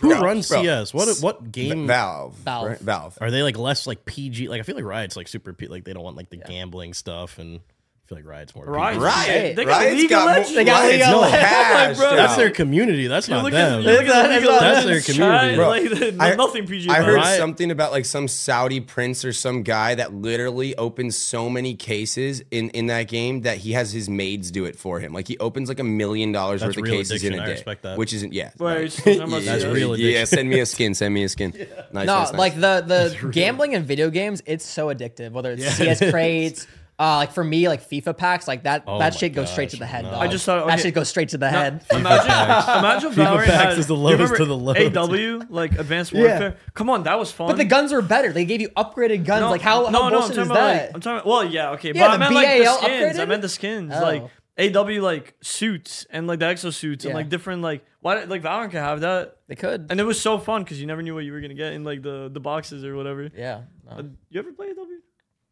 S4: Who
S3: Bro,
S4: runs
S3: bro.
S4: CS? What what game?
S3: Valve.
S2: Valve.
S3: right? Valve.
S4: Are they like less like PG? Like I feel like Riot's like super P. Like they don't want like the gambling stuff, and I feel like Riot's more. PG.
S1: Riot.
S3: Riot.
S1: They got
S3: Riot's
S1: League of
S3: got
S1: Legends.
S3: more-
S1: They got
S2: League
S3: Riot's
S2: of
S3: no
S2: Legends.
S3: cash,
S1: Bro,
S3: dog.
S4: That's their community. That's
S1: You
S4: not
S1: look
S4: them.
S1: at you look at the
S2: That's
S1: League of
S2: their
S1: Legends
S4: community,
S1: chat,
S4: bro.
S1: like, the-
S3: I-
S1: nothing PG.
S3: I
S1: about
S3: heard
S1: it.
S4: Right.
S3: something about like some Saudi prince or some guy that literally opens so many cases in in that game that he has his maids do it for him. Like he opens like a million dollars worth of
S4: That's real
S3: cases in
S4: addiction.
S3: a
S4: I
S3: day,
S4: respect that.
S3: which isn't yeah.
S1: Wait,
S3: right.
S1: it's just talking about
S3: yeah,
S4: That's
S1: CS.
S4: real
S3: Yeah,
S4: addiction.
S3: send me a skin. Send me a skin. Nice,
S2: no,
S3: nice, nice.
S2: like the the gambling in video games, it's so addictive. Whether it's CS crates, uh, like for me, like FIFA packs, like that
S4: Oh
S2: that
S4: my
S2: shit goes straight
S4: gosh,
S2: to the head.
S4: no.
S2: dog.
S1: I just thought,
S2: that
S1: okay.
S2: shit goes straight to the head.
S1: Imagine, imagine Valorant
S4: packs
S1: had,
S4: is the
S1: you
S4: lowest
S1: remember
S4: of the lowest.
S1: AW like Advanced Warfare. Come on, that was fun.
S2: But the guns were better. They gave you upgraded guns. like how how
S1: I'm
S2: bullshit
S1: talking
S2: is
S1: about,
S2: that?
S1: Like, I'm talking. Well, yeah, okay,
S2: Yeah,
S1: but I
S2: the
S1: meant like the
S2: BAL
S1: skins. I
S2: upgraded?
S1: meant the skins,
S2: Oh.
S1: like AW like suits and like the exosuits and
S2: Yeah.
S1: like different like why like Valorant could have that,
S2: they could.
S1: and it was so fun because you never knew what you were gonna get in like the the boxes or whatever.
S2: yeah. no.
S1: Uh, you ever play AW?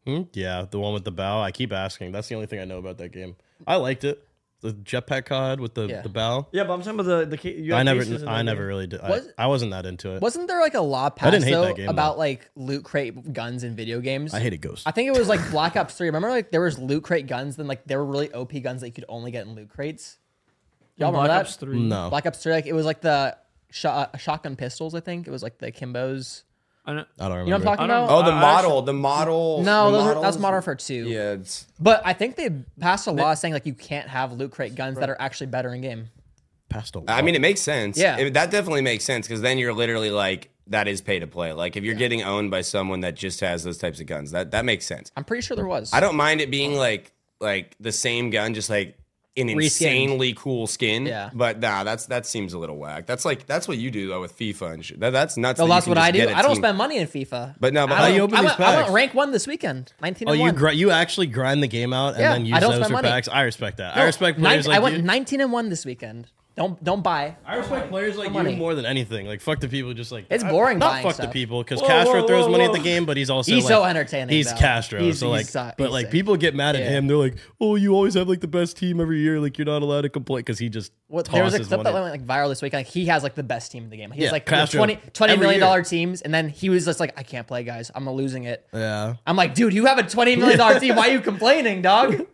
S4: Hmm? Yeah, the one with the bow. I keep asking. That's the only thing I know about that game. I liked it. The jetpack COD with the
S2: Yeah.
S4: the bow.
S1: Yeah, but I'm talking about the the. ca- You
S4: I
S1: had
S4: never,
S1: cases in
S4: I
S1: that
S4: never
S1: game.
S4: really did. I,
S2: Was-
S4: I wasn't that into it.
S2: Wasn't there like a law passed
S4: didn't hate
S2: though
S4: that game,
S2: about
S4: though.
S2: like loot crate guns in video games?
S4: I hated Ghost.
S2: I think it was like Black Ops Three. Remember, like there was loot crate guns, then like there were really OP guns that you could only get in loot crates. Y'all remember
S1: Black
S2: that?
S1: Ops Three.
S4: no.
S2: Black Ops Three, like it was like the shot, shotgun pistols. I think it was like the Kimbos.
S1: I know.
S4: I don't remember.
S2: You know what I'm talking
S1: I don't-
S2: about?
S3: oh, the
S1: I- I
S3: model, the model.
S2: no,
S3: the
S2: those were,
S3: models-
S2: that's Modern Warfare Two.
S3: Yeah, it's,
S2: But I think they passed a law saying like you can't have loot crate guns that are actually better in game.
S4: Passed a
S3: I
S4: lot.
S3: mean, it makes sense.
S2: Yeah.
S3: It- that definitely makes sense because then you're literally like that is pay to play. Like if you're getting owned by someone that just has those types of guns, that that makes sense.
S2: I'm pretty sure there was.
S3: I don't mind it being like like the same gun, just like an
S2: Reskinned.
S3: insanely cool skin.
S2: Yeah.
S3: But nah, that's that seems a little whack. That's like that's what you do though with FIFA and shit. That, that's nuts.
S2: So
S3: that you
S2: that's
S3: can
S2: what
S3: just
S2: I do.
S3: get a
S2: I don't
S3: team.
S2: spend money in FIFA.
S3: But no, but
S2: I
S4: how
S2: don't-
S4: you open
S2: I
S4: these
S2: went, I went
S4: packs?
S2: rank one this weekend. Nineteen.
S4: Oh,
S2: and
S4: you
S2: one.
S4: gr- you actually grind the game out and
S2: Yeah,
S4: then
S2: I
S4: use
S2: don't
S4: those
S2: spend
S4: for
S2: money.
S4: packs. I respect that. I
S2: No,
S4: respect
S2: nine-
S4: players like
S2: I went
S4: you.
S2: 19 and one this weekend. Don't don't buy.
S4: I respect players like
S2: money.
S4: you more than anything. Like fuck the people, who just like
S2: It's
S4: I-
S2: boring
S4: Not
S2: buying
S4: fuck
S2: stuff.
S4: the people because
S1: Whoa,
S4: Castro
S1: whoa,
S4: throws
S1: whoa,
S4: money at the
S1: whoa.
S4: game, but he's also
S2: He's
S4: like,
S2: so entertaining,
S4: He's
S2: though.
S4: Castro,
S2: He's-
S4: so like,
S2: he's so-
S4: but
S2: he's
S4: like
S2: sick.
S4: people get mad at
S2: Yeah.
S4: him. They're like, oh, you always have like the best team every year. Like you're not allowed to complain because he just
S2: What, there was
S4: tosses
S2: a clip
S4: one
S2: that
S4: in.
S2: went like viral this weekend. Like, he has like the best team in the game. He
S4: Yeah,
S2: has like
S4: Castro,
S2: 20, 20
S4: every
S2: million
S4: year.
S2: dollar teams, and then he was just like, I can't play, guys. I'm losing it.
S4: Yeah.
S2: I'm like, dude, you have a twenty million dollar team. Why are you complaining, dog?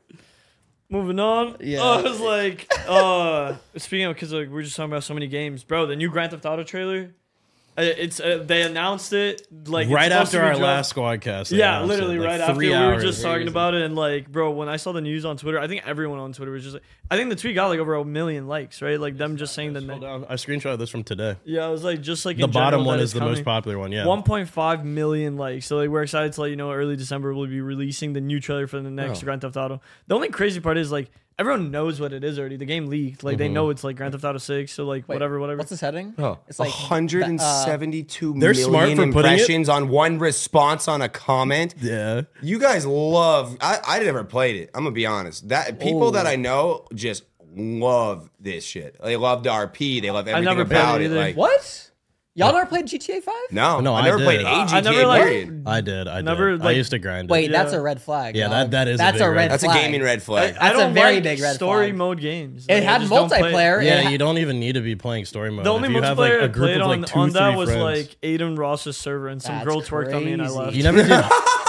S1: Moving on.
S2: Yeah.
S1: I was like, uh, speaking of, because like we are just talking about so many games, bro. The new Grand Theft Auto trailer. uh, It's uh, they announced it like it's
S4: right
S1: supposed to
S4: after
S1: be
S4: our
S1: dropped-
S4: last squad cast. they
S1: Yeah,
S4: announced
S1: literally
S4: it, like,
S1: right after
S4: three
S1: we were
S4: hours.
S1: just talking about it, and like, bro, when I saw the news on Twitter, I think everyone on Twitter was just like, I think the tweet got like over a million likes, right? Like them just saying the
S4: Hold
S1: name.
S4: on, I screenshot this from today.
S1: Yeah, I was like, just like
S4: The
S1: in general
S4: bottom
S1: that
S4: one
S1: it's
S4: is the most
S1: coming.
S4: popular one. Yeah.
S1: 1.5 million likes. So like we're
S4: Oh.
S1: excited to let you know early December we'll be releasing the new trailer for the next Grand Theft Auto. The only crazy part is like everyone knows what it is already. The game leaked. Like
S4: Mm-hmm.
S1: they know it's like Grand Theft Auto Six. So like
S2: Wait,
S1: whatever, whatever.
S2: What's this heading?
S3: Oh,
S2: it's like uh,
S3: hundred and seventy-two
S4: They're
S3: million
S4: smart for putting it-
S3: impressions on one response on a comment.
S4: Yeah.
S3: You guys love. I, I never played it. I'm gonna be honest. That people that I know just love this shit. They loved RP. They love everything
S1: never played it
S3: about it.
S1: either.
S3: Like
S2: What? Y'all never played GTA Five?
S3: No,
S4: Oh. No,
S3: I
S4: I
S3: never
S4: did.
S3: played a
S2: Uh,
S4: I-
S3: GTA.
S1: I never, like-
S3: period.
S4: I did. I
S1: Never,
S4: did. I
S1: like-
S4: used to grind it.
S2: Wait, that's
S1: Yeah.
S2: a red flag.
S4: Yeah,
S2: dog.
S4: that- that is a
S2: that's
S4: big
S2: a
S4: red
S2: red.
S3: That's a
S2: flag.
S3: gaming red flag.
S1: I
S2: That's a
S1: don't
S2: very
S1: like
S2: big red
S1: story
S2: flag.
S1: mode games.
S2: It
S1: Like, I
S2: had
S1: just don't play it.
S2: multiplayer.
S4: yeah,
S2: it ha-
S4: you don't even need to be playing story mode.
S1: The only
S4: if you
S1: multiplayer
S4: have like a
S1: I
S4: group
S1: played
S4: of
S1: on,
S4: like two,
S1: on that
S4: three
S1: was
S4: friends.
S1: like Aiden Ross's server, and some
S2: That's
S1: girl twerked on me, and I
S2: crazy.
S1: left.
S4: you never did.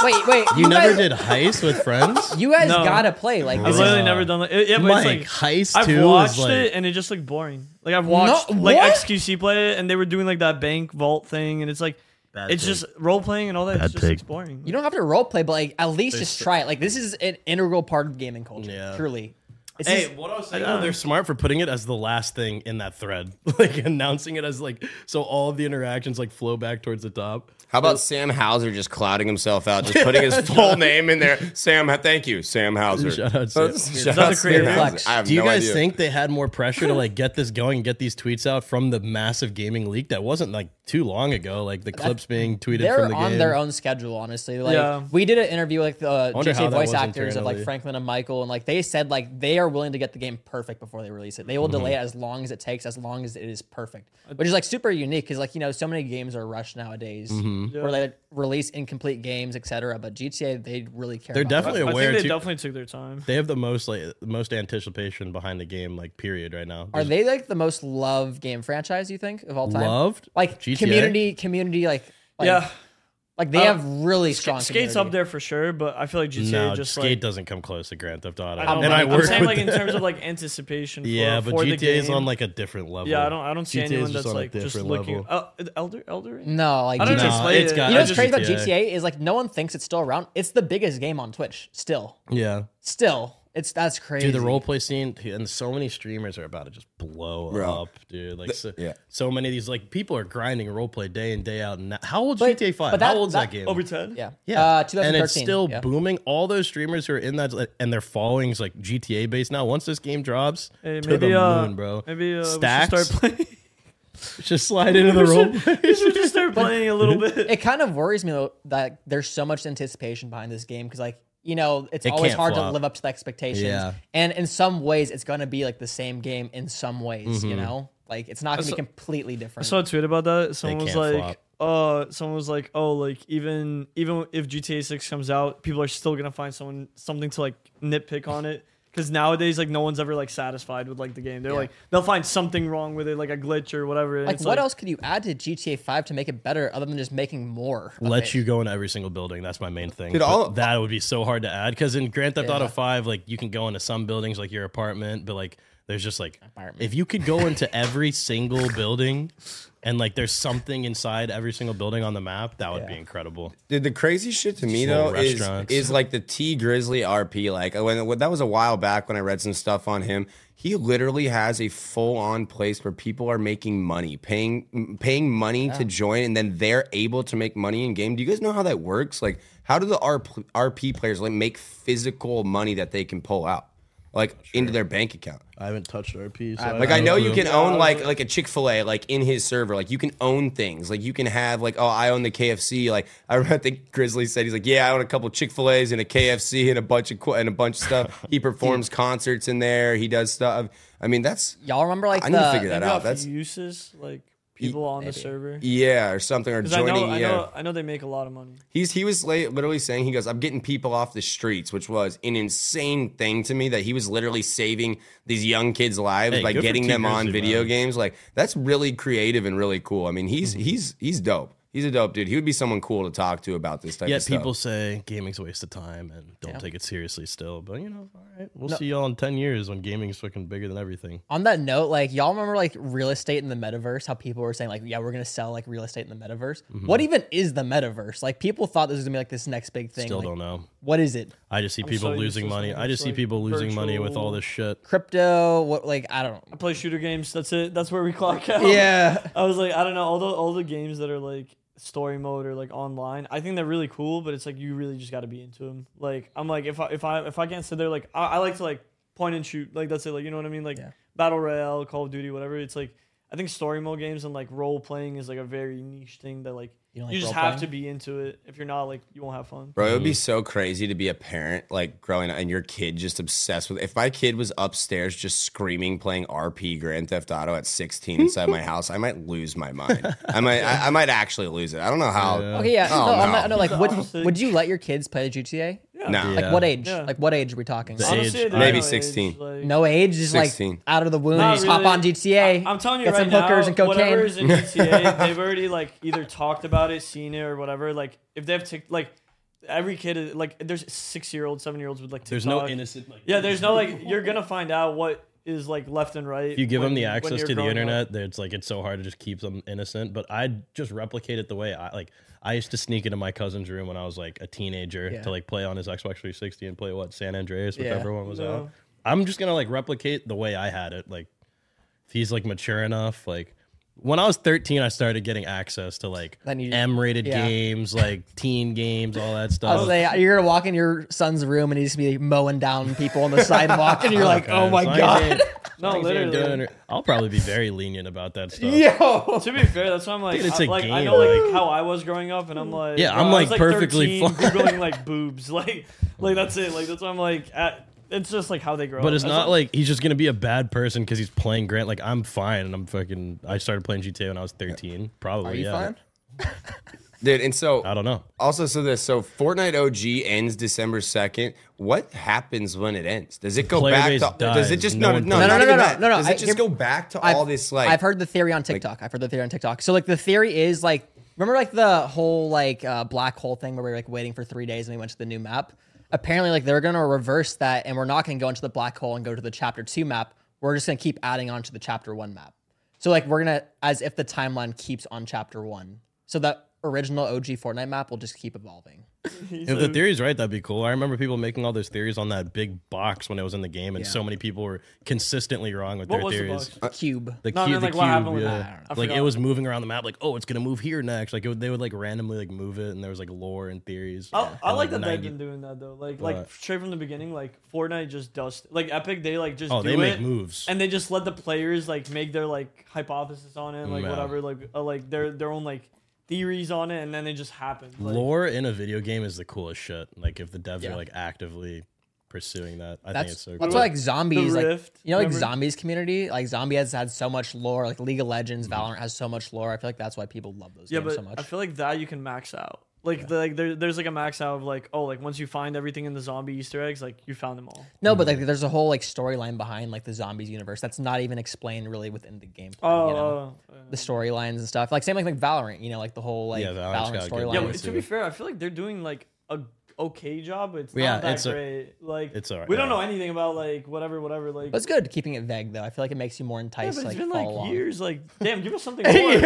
S2: wait, wait.
S4: You never
S2: guys,
S4: did heist with friends.
S2: You guys
S1: No.
S2: gotta play. Like,
S1: I've
S2: this
S1: literally
S2: is,
S1: never done that. It- yeah, but
S4: uh, Mike,
S1: it's like
S4: heist
S1: I've
S4: two
S1: watched
S4: is like
S1: it and it just looked boring. Like I've watched
S2: No-
S1: like
S2: what?
S1: XQC play it, and they were doing like that bank vault thing, and it's like it's
S4: take.
S1: just role playing and all that.
S4: Bad
S1: It's just it's
S4: take.
S1: boring.
S2: you don't have to role play, but like at least just try it. Like, this is an integral part of gaming culture.
S4: Yeah.
S2: Truly. It's just-
S4: what I was saying, they're smart for putting it as the last thing in that thread, like announcing it as like so all of the interactions like flow back towards the top.
S3: How about Sam Hauser just clouding himself out, just putting his full name in there? Sam, thank you, Sam Hauser.
S4: Shout out, Sam.
S3: Shout
S1: Another
S3: out Sam
S1: creative
S3: Hauser.
S2: flex.
S3: I have
S4: Do you
S3: no
S4: guys
S3: idea.
S4: think they had more pressure to like get this going and get these tweets out from the massive gaming leak that wasn't like too long ago? Like the clips being tweeted
S2: they're
S4: from the
S2: on
S4: game.
S2: their own schedule, honestly. Like
S1: Yeah.
S2: we did an interview with the
S4: wonder how
S2: GTA
S4: that
S2: voice
S4: was
S2: actors of like
S4: internally.
S2: Franklin and Michael, and like they said like they are willing to get the game perfect before they release it. They will
S4: Mm-hmm.
S2: delay it as long as it takes, as long as it is perfect, which is like super unique because like you know so many games are rushed nowadays,
S4: Mm-hmm.
S2: where they release incomplete games, etc. But GTA they really care.
S4: They're
S2: about
S4: definitely
S2: that.
S1: I
S4: aware
S1: think they
S4: too.
S1: definitely took their time.
S4: they have the most like the most anticipation behind the game like period right now.
S2: Are
S4: There's
S2: they like the most loved game franchise you think of all time?
S4: loved
S2: Like
S4: GTA?
S2: community, community, like, like
S1: yeah,
S2: like they
S1: Uh,
S2: have really strong.
S1: Skate's
S2: community.
S1: up there for sure, but I feel like GTA
S4: No,
S1: just
S4: skate
S1: like.
S4: doesn't come close to Grand Theft Auto.
S1: I don't know.
S4: and I
S1: I'm
S4: work
S1: saying
S4: with
S1: like in
S4: them.
S1: terms of like anticipation. For,
S4: yeah, but
S1: for the
S4: GTA is
S1: game.
S4: on like a different level.
S1: Yeah, I don't. I don't see
S4: GTA is
S1: anyone
S4: just
S1: that's
S4: on a
S1: like just
S4: different
S1: looking.
S4: level.
S1: Uh, Elder, Elder. Ring?
S2: No, like
S1: I don't
S2: GTA
S1: even
S4: No,
S1: play
S4: it's
S1: it.
S4: got-
S2: You know
S4: I
S2: what's
S4: just-
S2: crazy about
S4: GTA.
S2: GTA is like no one thinks it's still around. It's the biggest game on Twitch still.
S4: Yeah.
S2: Still, it's that's crazy.
S4: Dude, the role play scene and so many streamers are about to just blow
S3: Bro.
S4: up, dude. Like, so,
S3: yeah.
S4: so many of these like people are grinding role play day in day out. Now, how old's
S2: But-
S4: GTA Five?
S2: but that-
S4: how old's
S2: that-
S4: that, game?
S1: Over ten.
S2: yeah,
S4: yeah,
S2: uh,
S4: and
S2: 2013.
S4: it's still
S2: yeah.
S4: booming. All those streamers who are in that like, and their followings like GTA based now. Once this game drops,
S1: Hey,
S4: to
S1: maybe
S4: the
S1: uh,
S4: moon, bro.
S1: maybe uh,
S4: Stacks,
S1: we should start playing.
S4: just slide into the role.
S1: we should just start playing a little bit.
S2: It kind of worries me though that there's so much anticipation behind this game because like you know it's
S4: It
S2: always
S4: can't
S2: hard
S4: flop.
S2: to live up to the expectations.
S4: Yeah.
S2: And in some ways, it's gonna be like the same game in some ways. You
S4: Mm-hmm.
S2: know, like it's not gonna be completely different.
S1: I saw a tweet about that. Someone was
S4: can't
S1: like, "Uh, someone was like, oh, like even even if GTA Six comes out, people are still gonna find someone something to like nitpick on it." Because nowadays, like no one's ever like satisfied with like the game. They're like they'll find something wrong with it, like a glitch or whatever. and
S2: like
S1: it's
S2: what else could you add to GTA Five to make it better other than just making more? of
S4: let
S2: it?
S4: you go in every single building. That's my main thing.
S3: Dude,
S4: But
S3: all-
S4: that would be so hard to add because in Grand Theft Auto
S2: Yeah.
S4: Five, like you can go into some buildings like your apartment, but like there's just like
S2: Apartment.
S4: if you could go into every single building and like there's something inside every single building on the map, that would be incredible.
S3: Dude, the crazy shit to me
S4: Little
S3: though is,
S4: restaurants.
S3: is like the T Grizzly RP. Like when, when that was a while back when I read some stuff on him. He literally has a full on place where people are making money, paying m- paying money to join, and then they're able to make money in game. Do you guys know how that works? Like, how do the RP, RP players like make physical money that they can pull out, like into their bank account?
S4: I haven't touched RP. So
S3: Like I know you can own like like a Chick Fil A like in his server. Like you can own things. Like you can have like oh I own the KFC. Like I remember I think Grizzly said he's like yeah I own a couple Chick Fil A's and a KFC and a bunch of qu- and a bunch of stuff. he performs concerts in there. He does stuff. I mean that's
S2: Y'all remember like
S3: I
S2: the
S3: need to figure that
S1: Maybe
S3: out.
S1: off
S3: That's
S1: uses like people on the server.
S3: yeah or something or
S1: 'Cause I
S3: joining.
S1: know, I
S3: yeah.
S1: know, I know they make a lot of money.
S3: He's he was la- literally saying he goes, "I'm getting people off the streets," which was an insane thing to me that he was literally saving these young kids' lives
S4: Hey,
S3: by
S4: good for
S3: getting
S4: T.
S3: them on
S4: Grizzly,
S3: video
S4: man. Mm-hmm.
S3: games. Like that's really creative and really cool. I mean, he's he's he's dope. He's a dope dude. He would be someone cool to talk to about this type of
S4: Yet
S3: stuff.
S4: people say gaming's a waste of time and don't take it seriously still. But you know, all right, we'll see y'all in ten years when gaming's fucking bigger than everything.
S2: On that note, like y'all remember like real estate in the metaverse, how people were saying like, yeah, we're gonna sell like real estate in the metaverse. What even is the metaverse? Like people thought this was gonna be like this next big thing.
S4: Still
S2: Like,
S4: don't know.
S2: What is it?
S4: I just see people
S1: so
S4: losing
S1: useless
S4: money.
S1: now.
S4: I
S1: It's
S4: just see
S1: like
S4: people losing money with
S1: virtual-
S4: all this shit.
S2: Crypto? What? Like I don't.
S1: I play shooter games. That's it. That's where we clock out.
S2: Yeah.
S1: I was like, I don't know, all the all the games that are like story mode or like online, I think they're really cool, but it's like you really just got to be into them. Like I'm like if I if I if I can't sit there, like I, I like to like point and shoot. Like that's it. Like you know what I mean? Like battle royale, Call of Duty, whatever. It's like I think story mode games and like role playing is like a very niche thing that like
S2: You
S1: you,
S2: don't like
S1: just
S2: role-playing?
S1: have to be into it. If you're not, like you won't have fun.
S3: Bro, it
S4: Mm-hmm.
S3: would be so crazy to be a parent, like growing up, and your kid just obsessed with. If my kid was upstairs just screaming, playing RP Grand Theft Auto at 16 inside my house, I might lose my mind. I might, I, I might actually lose it. I don't know how.
S2: Okay, yeah.
S3: Oh,
S2: no, I'm
S3: no.
S2: not, no, like, would,
S1: opposite.
S2: would you let your kids play the GTA?
S3: Nah.
S2: Like,
S4: Yeah.
S2: what age?
S1: Yeah.
S2: Like, what age are we talking?
S4: The
S2: Honestly,
S4: age.
S1: Honestly, there's
S3: Maybe
S1: no age,
S3: 16.
S1: like-
S2: No age, just
S3: 16.
S2: like out of the womb,
S1: Not
S2: just hop
S1: really.
S2: on GTA.
S1: I, am telling you
S2: get
S1: right
S2: some hookers
S1: now,
S2: and cocaine.
S1: whatever is in GTA, they've already like either talked about it, seen it, or whatever. Like if they have tick, like every kid is like there's six year olds, seven year olds with like TikTok.
S4: There's no innocent. Like,
S1: Yeah, there's no like you're gonna find out what is like left and right.
S4: If you give
S1: when-
S4: them the
S1: when
S4: access
S1: you're
S4: to the
S1: growing up.
S4: internet, it's like it's so hard to just keep them innocent. But I just replicate it the way I like. I used to sneak into my cousin's room when I was like a teenager
S2: Yeah.
S4: to like play on his Xbox 360 and play what San Andreas,
S2: Yeah.
S4: whichever one was
S1: No.
S4: out. I'm just gonna like replicate the way I had it. Like if he's like mature enough, like. When I was 13, I started getting access to like
S2: Then you-
S4: M-rated
S2: yeah.
S4: games, like teen games, all that
S2: I was
S4: stuff.
S2: like, you're gonna walk in your son's room and he's gonna be mowing down people on the sidewalk, and you're like,
S4: Okay,
S2: oh
S4: as
S2: my
S4: long as
S2: god.
S4: they ain't-
S1: No,
S4: as long as they ain't
S1: literally.
S4: doing it- I'll probably be very lenient about that stuff.
S2: Yo,
S1: To be fair, that's why I'm like,
S4: Dude, it's
S1: I,
S4: a
S1: like I
S4: game,
S1: know like,
S4: like-
S1: how I was growing up, and I'm like,
S4: Yeah,
S1: bro,
S4: I'm,
S1: I was,
S4: like, perfectly
S1: 13,
S4: fine.
S1: googling like boobs, like like that's it, like that's why I'm like, at, it's just like how they grow.
S4: But
S1: up.
S4: it's
S1: Oh, That's
S4: not
S1: why-
S4: like he's just gonna be a bad person because he's playing Grant. Like I'm fine, and I'm fucking. I started playing GTA when I was 13. Probably.
S2: are you
S4: yeah.
S2: fine?
S3: Dude, and so
S4: I don't know.
S3: Also, so this, so Fortnite OG ends December second. What happens when it ends? Does it go
S4: Player
S3: back
S4: base
S3: to? Does it
S4: dies.
S3: just no,
S4: No
S3: no, no,
S4: one plays
S3: no, no,
S4: it.
S2: No, no,
S3: no,
S2: no, no, no,
S3: Does
S2: I-
S3: it just
S2: here-
S3: go back to all this like?
S2: I've heard the theory on TikTok. I've heard the theory on TikTok. So like the theory is like remember like the whole like uh, black hole thing where we were like waiting for three days and we went to the new map. Apparently like they're gonna reverse that and we're not gonna go into the black hole and go to the chapter two map. We're just gonna keep adding on to the chapter one map. So like we're gonna as if the timeline keeps on chapter one. So that original OG Fortnite map will just keep evolving.
S4: If the theory's right, that'd be cool. I remember people making all those theories on that big box when it was in the game, and so many people were consistently wrong with
S1: what
S4: their
S1: was the
S4: theories.
S1: box?
S3: Uh,
S2: Cube.
S4: The,
S1: No,
S4: cu-
S1: no,
S4: the
S1: like,
S4: cube,
S1: what happened with
S4: yeah.
S1: that? I don't know. I
S4: Like it
S1: forgot.
S4: was moving around the map, like oh, it's gonna move here next. Like it would, they would like randomly like move it, and there was like lore and theories.
S1: Oh, I, I
S4: And,
S1: like that
S4: 90
S1: they've been doing that though. Like
S4: Right.
S1: like straight from the beginning, like Fortnite just dust like Epic. They like just
S4: Oh,
S1: do
S4: they make
S1: it,
S4: moves.
S1: and they just let the players like make their like hypothesis on it, like
S4: Yeah.
S1: whatever, like uh, like their their own like theories on it, and then it just happens. Like,
S4: lore in a video game is the coolest shit. Like if the devs
S2: Yeah.
S4: are like actively pursuing that, I think it's
S2: That's
S4: so
S2: that's
S4: cool.
S2: why like zombies like
S1: Rift,
S2: you know like
S1: remember?
S2: zombies community like zombie has had so much lore like League of Legends
S4: Mm-hmm.
S2: Valorant has so much lore I feel like that's why people love those
S1: yeah,
S2: games
S1: but
S2: so much.
S1: I feel like that you can max out. Like the, like there, there's like a max out of like oh like once you find everything in the zombie Easter eggs, like you found them all.
S2: no,
S4: Mm-hmm.
S2: but like there's a whole like storyline behind like the zombies universe that's not even explained really within the game.
S1: Oh,
S2: you know?
S1: oh, oh.
S2: the storylines and stuff like same like like Valorant you know like the whole like
S4: Yeah, Valorant's
S2: Valorant
S4: got a good
S1: yeah.
S4: line
S1: But
S2: storyline.
S4: too.
S1: to be fair, I feel like they're doing like a okay job. But it's not
S4: Yeah,
S1: that
S4: it's a-
S1: great. like
S4: it's alright,
S1: We don't
S4: yeah.
S1: know anything about like whatever, whatever. Like
S2: But it's good keeping it vague though. I feel like it makes you more
S1: Yeah,
S2: enticed.
S1: but
S2: to,
S1: it's
S2: like,
S1: been
S2: follow
S1: like
S2: along.
S1: years. Like, damn, give us something more.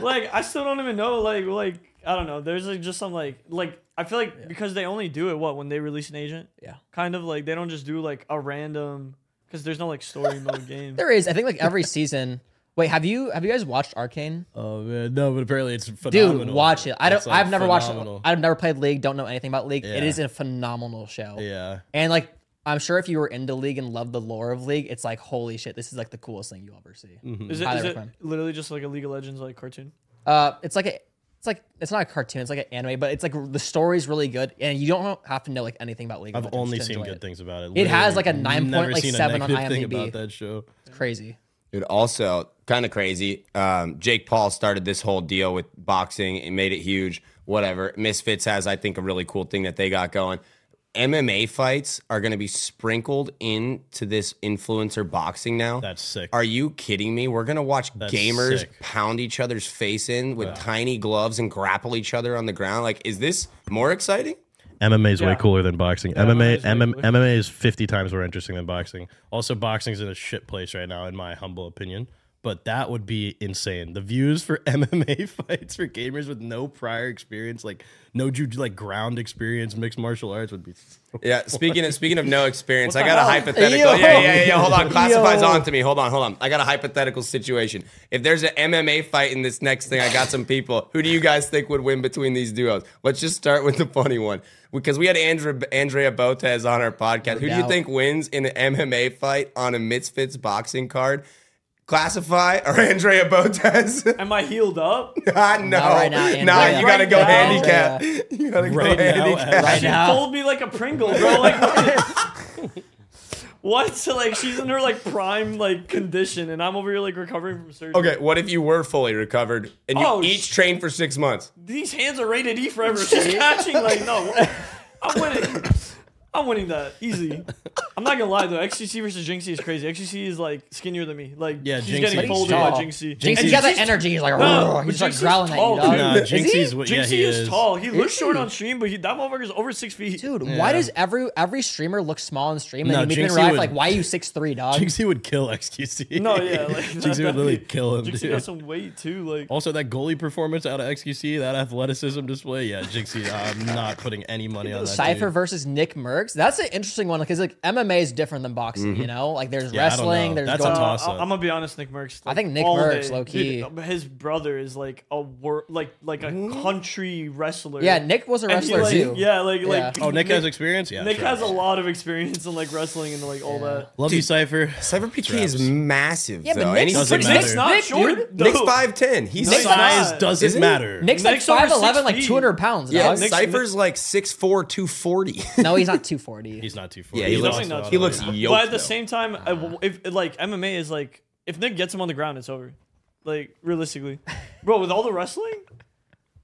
S1: like, I still don't even know. Like, like I don't know. There's like just some like like I feel like because they only do it what when they release an agent.
S2: Yeah.
S1: Kind of like they don't just do like a random because there's no like story mode game.
S2: There is I think like every season. Wait, have you have you guys watched Arcane?
S4: Oh man, no, but apparently it's
S2: Dude,
S4: phenomenal.
S2: watch it. I don't.
S4: It's, like,
S2: I've never
S4: phenomenal.
S2: watched. I've never played League. Don't know anything about League. It
S4: Yeah.
S2: is a phenomenal show.
S4: yeah,
S2: And like, I'm sure if you were into League and loved the lore of League, it's like, holy shit, this is like the coolest thing you'll ever see.
S4: Mm-hmm.
S1: Is it,
S2: Highly
S1: is it
S2: recommend.
S1: literally just like a League of Legends like cartoon?
S2: Uh, it's like a, it's like it's not a cartoon. It's like an anime, but it's like the story's really good, and you don't have to know like anything about League. of
S4: I've
S2: Legends
S4: only
S2: to
S4: seen
S2: enjoy
S4: good
S2: it.
S4: things about it.
S2: It has,
S4: Literally
S2: like, a 9.7
S4: never
S2: on
S4: seen a negative
S2: IMDb.
S4: Thing about that show.
S2: It's crazy.
S3: Dude, also kind of crazy. Um, Jake Paul started this whole deal with boxing and made it huge. Whatever. Misfits has, I think, a really cool thing that they got going. MMA fights are going to be sprinkled into this influencer boxing now.
S4: That's sick.
S3: Are you kidding me? We're going to watch
S4: That's
S3: gamers
S4: sick.
S3: pound each other's face in with tiny gloves and grapple each other on the ground. Like, is this more exciting?
S4: MMA is way
S1: Yeah.
S4: cooler than boxing.
S1: MMA
S4: MMA,
S1: is way
S4: MM,
S1: cooler.
S4: MMA is fifty times more interesting than boxing. Also, boxing's in a shit place right now, in my humble opinion. but that would be insane. The views for MMA fights for gamers with no prior experience, like no judo, like ground experience, mixed martial arts would be. so-
S3: Yeah, speaking of, speaking of no experience, I got
S2: hell?
S3: a hypothetical.
S2: Yo.
S3: Yeah, yeah, yeah, yeah. Hold on, classifies
S2: Yo.
S3: on to me. Hold on, hold on. I got a hypothetical situation. If there's an MMA fight in this next thing, I got some people. Who do you guys think would win between these duos? Let's just start with the funny one because we had Andrea, Andrea Botes on our podcast. Who do you
S2: doubt.
S3: think wins in an MMA fight on a Misfits boxing card? Classify or Andrea Botes?
S1: Am I healed up?
S3: Ah, no,
S2: Not right now,
S3: nah,
S2: Andrea.
S3: you gotta go
S1: Right now,
S3: handicap. You gotta go
S4: Right now,
S3: handicap.
S2: Right
S1: she
S2: now.
S1: fold me like a Pringle, bro. Like what? what? So like she's in her like prime like condition, and I'm over here like recovering from surgery.
S3: Okay, what if you were fully recovered and you
S1: Oh,
S3: each
S1: sh-
S3: trained for six months?
S1: These hands are rated E forever. She's catching like no. I'm winning. I'm winning that easy. I'm not gonna lie though. XCC versus Jinxie is crazy. XCC is like skinnier than me. Like
S4: Yeah,
S1: she's
S4: Jinxie. But
S1: getting
S4: he's
S1: folded by
S2: tall.
S1: Jinxie.
S4: Jinxie-
S2: He's
S4: Jinxie's-
S2: got that energy. He's like,
S1: No,
S2: "Roar."
S1: but
S2: he's just like
S1: Jinxie's
S2: growling
S1: tall,
S2: at you,
S1: dude.
S2: dog.
S4: Nah,
S2: Is he?
S4: Jinxie's what? Yeah,
S1: Jinxie
S4: he
S1: is,
S4: is.
S1: tall. He looks short on stream, but he, that motherfucker is over six feet.
S2: Dude, why does every every streamer look small in stream and
S4: No,
S2: then you meet them in
S4: Jinxie
S2: real life?
S4: would-
S2: Like, why are you six three, dog?
S4: Jinxie would kill XQC.
S1: No, yeah, like,
S4: Jinxie
S1: that'd
S4: would literally
S1: be-
S4: kill him.
S1: Jinxie
S4: dude.
S1: got some weight too. Like
S4: Also, that goalie performance out of XQC, that athleticism display, yeah, Jinxie, I'm not putting any money on that.
S2: Cypher
S4: dude.
S2: versus Nick Merckx. That's an interesting one because like MMA is different than boxing, you know? Like there's
S4: Mm-hmm. Yeah, I don't
S2: wrestling,
S4: know.
S2: there's
S4: That's a
S2: going
S4: tough-
S1: Uh,
S4: toss-up.
S1: I- I'm gonna be honest, Nick Merckx. like,
S2: think Nick
S1: all
S2: Merckx,
S1: day.
S2: low key.
S1: Dude, his brother is like a wor- like like a country wrestler.
S2: Hmm? Yeah, Nick was a
S1: And he,
S2: wrestler
S1: like,
S2: too.
S1: Yeah, like like.
S2: Yeah.
S4: Oh, Nick, has experience. Yeah,
S1: Nick
S4: sure.
S1: has a lot of experience in like wrestling and like all that.
S4: Love you, Cypher.
S3: Cyber PK is massive,
S2: Yeah, but
S3: though. and
S2: Nick's
S3: he's
S4: Doesn't
S3: six-
S4: matter.
S1: Nick's not
S2: Nick,
S1: short.
S2: dude.
S1: though.
S3: Nick's five ten. He's
S1: Nick's
S3: six,
S1: not.
S4: Size doesn't
S3: Isn't he?
S4: matter.
S2: Nick's like
S1: Nick's over
S2: five eleven, like
S1: six feet.
S2: two hundred pounds,
S3: yeah.
S2: dog.
S1: Nick's-
S3: Cypher's like six four two forty.
S2: no, he's not two forty.
S4: He's not too far.
S3: yeah, he
S1: He's
S3: looks.
S1: definitely not
S3: He
S1: tall.
S3: looks yoked.
S1: but at the
S3: though.
S1: same time, I w if like MMA is like if Nick gets him on the ground, it's over. Like realistically, bro, with all the wrestling,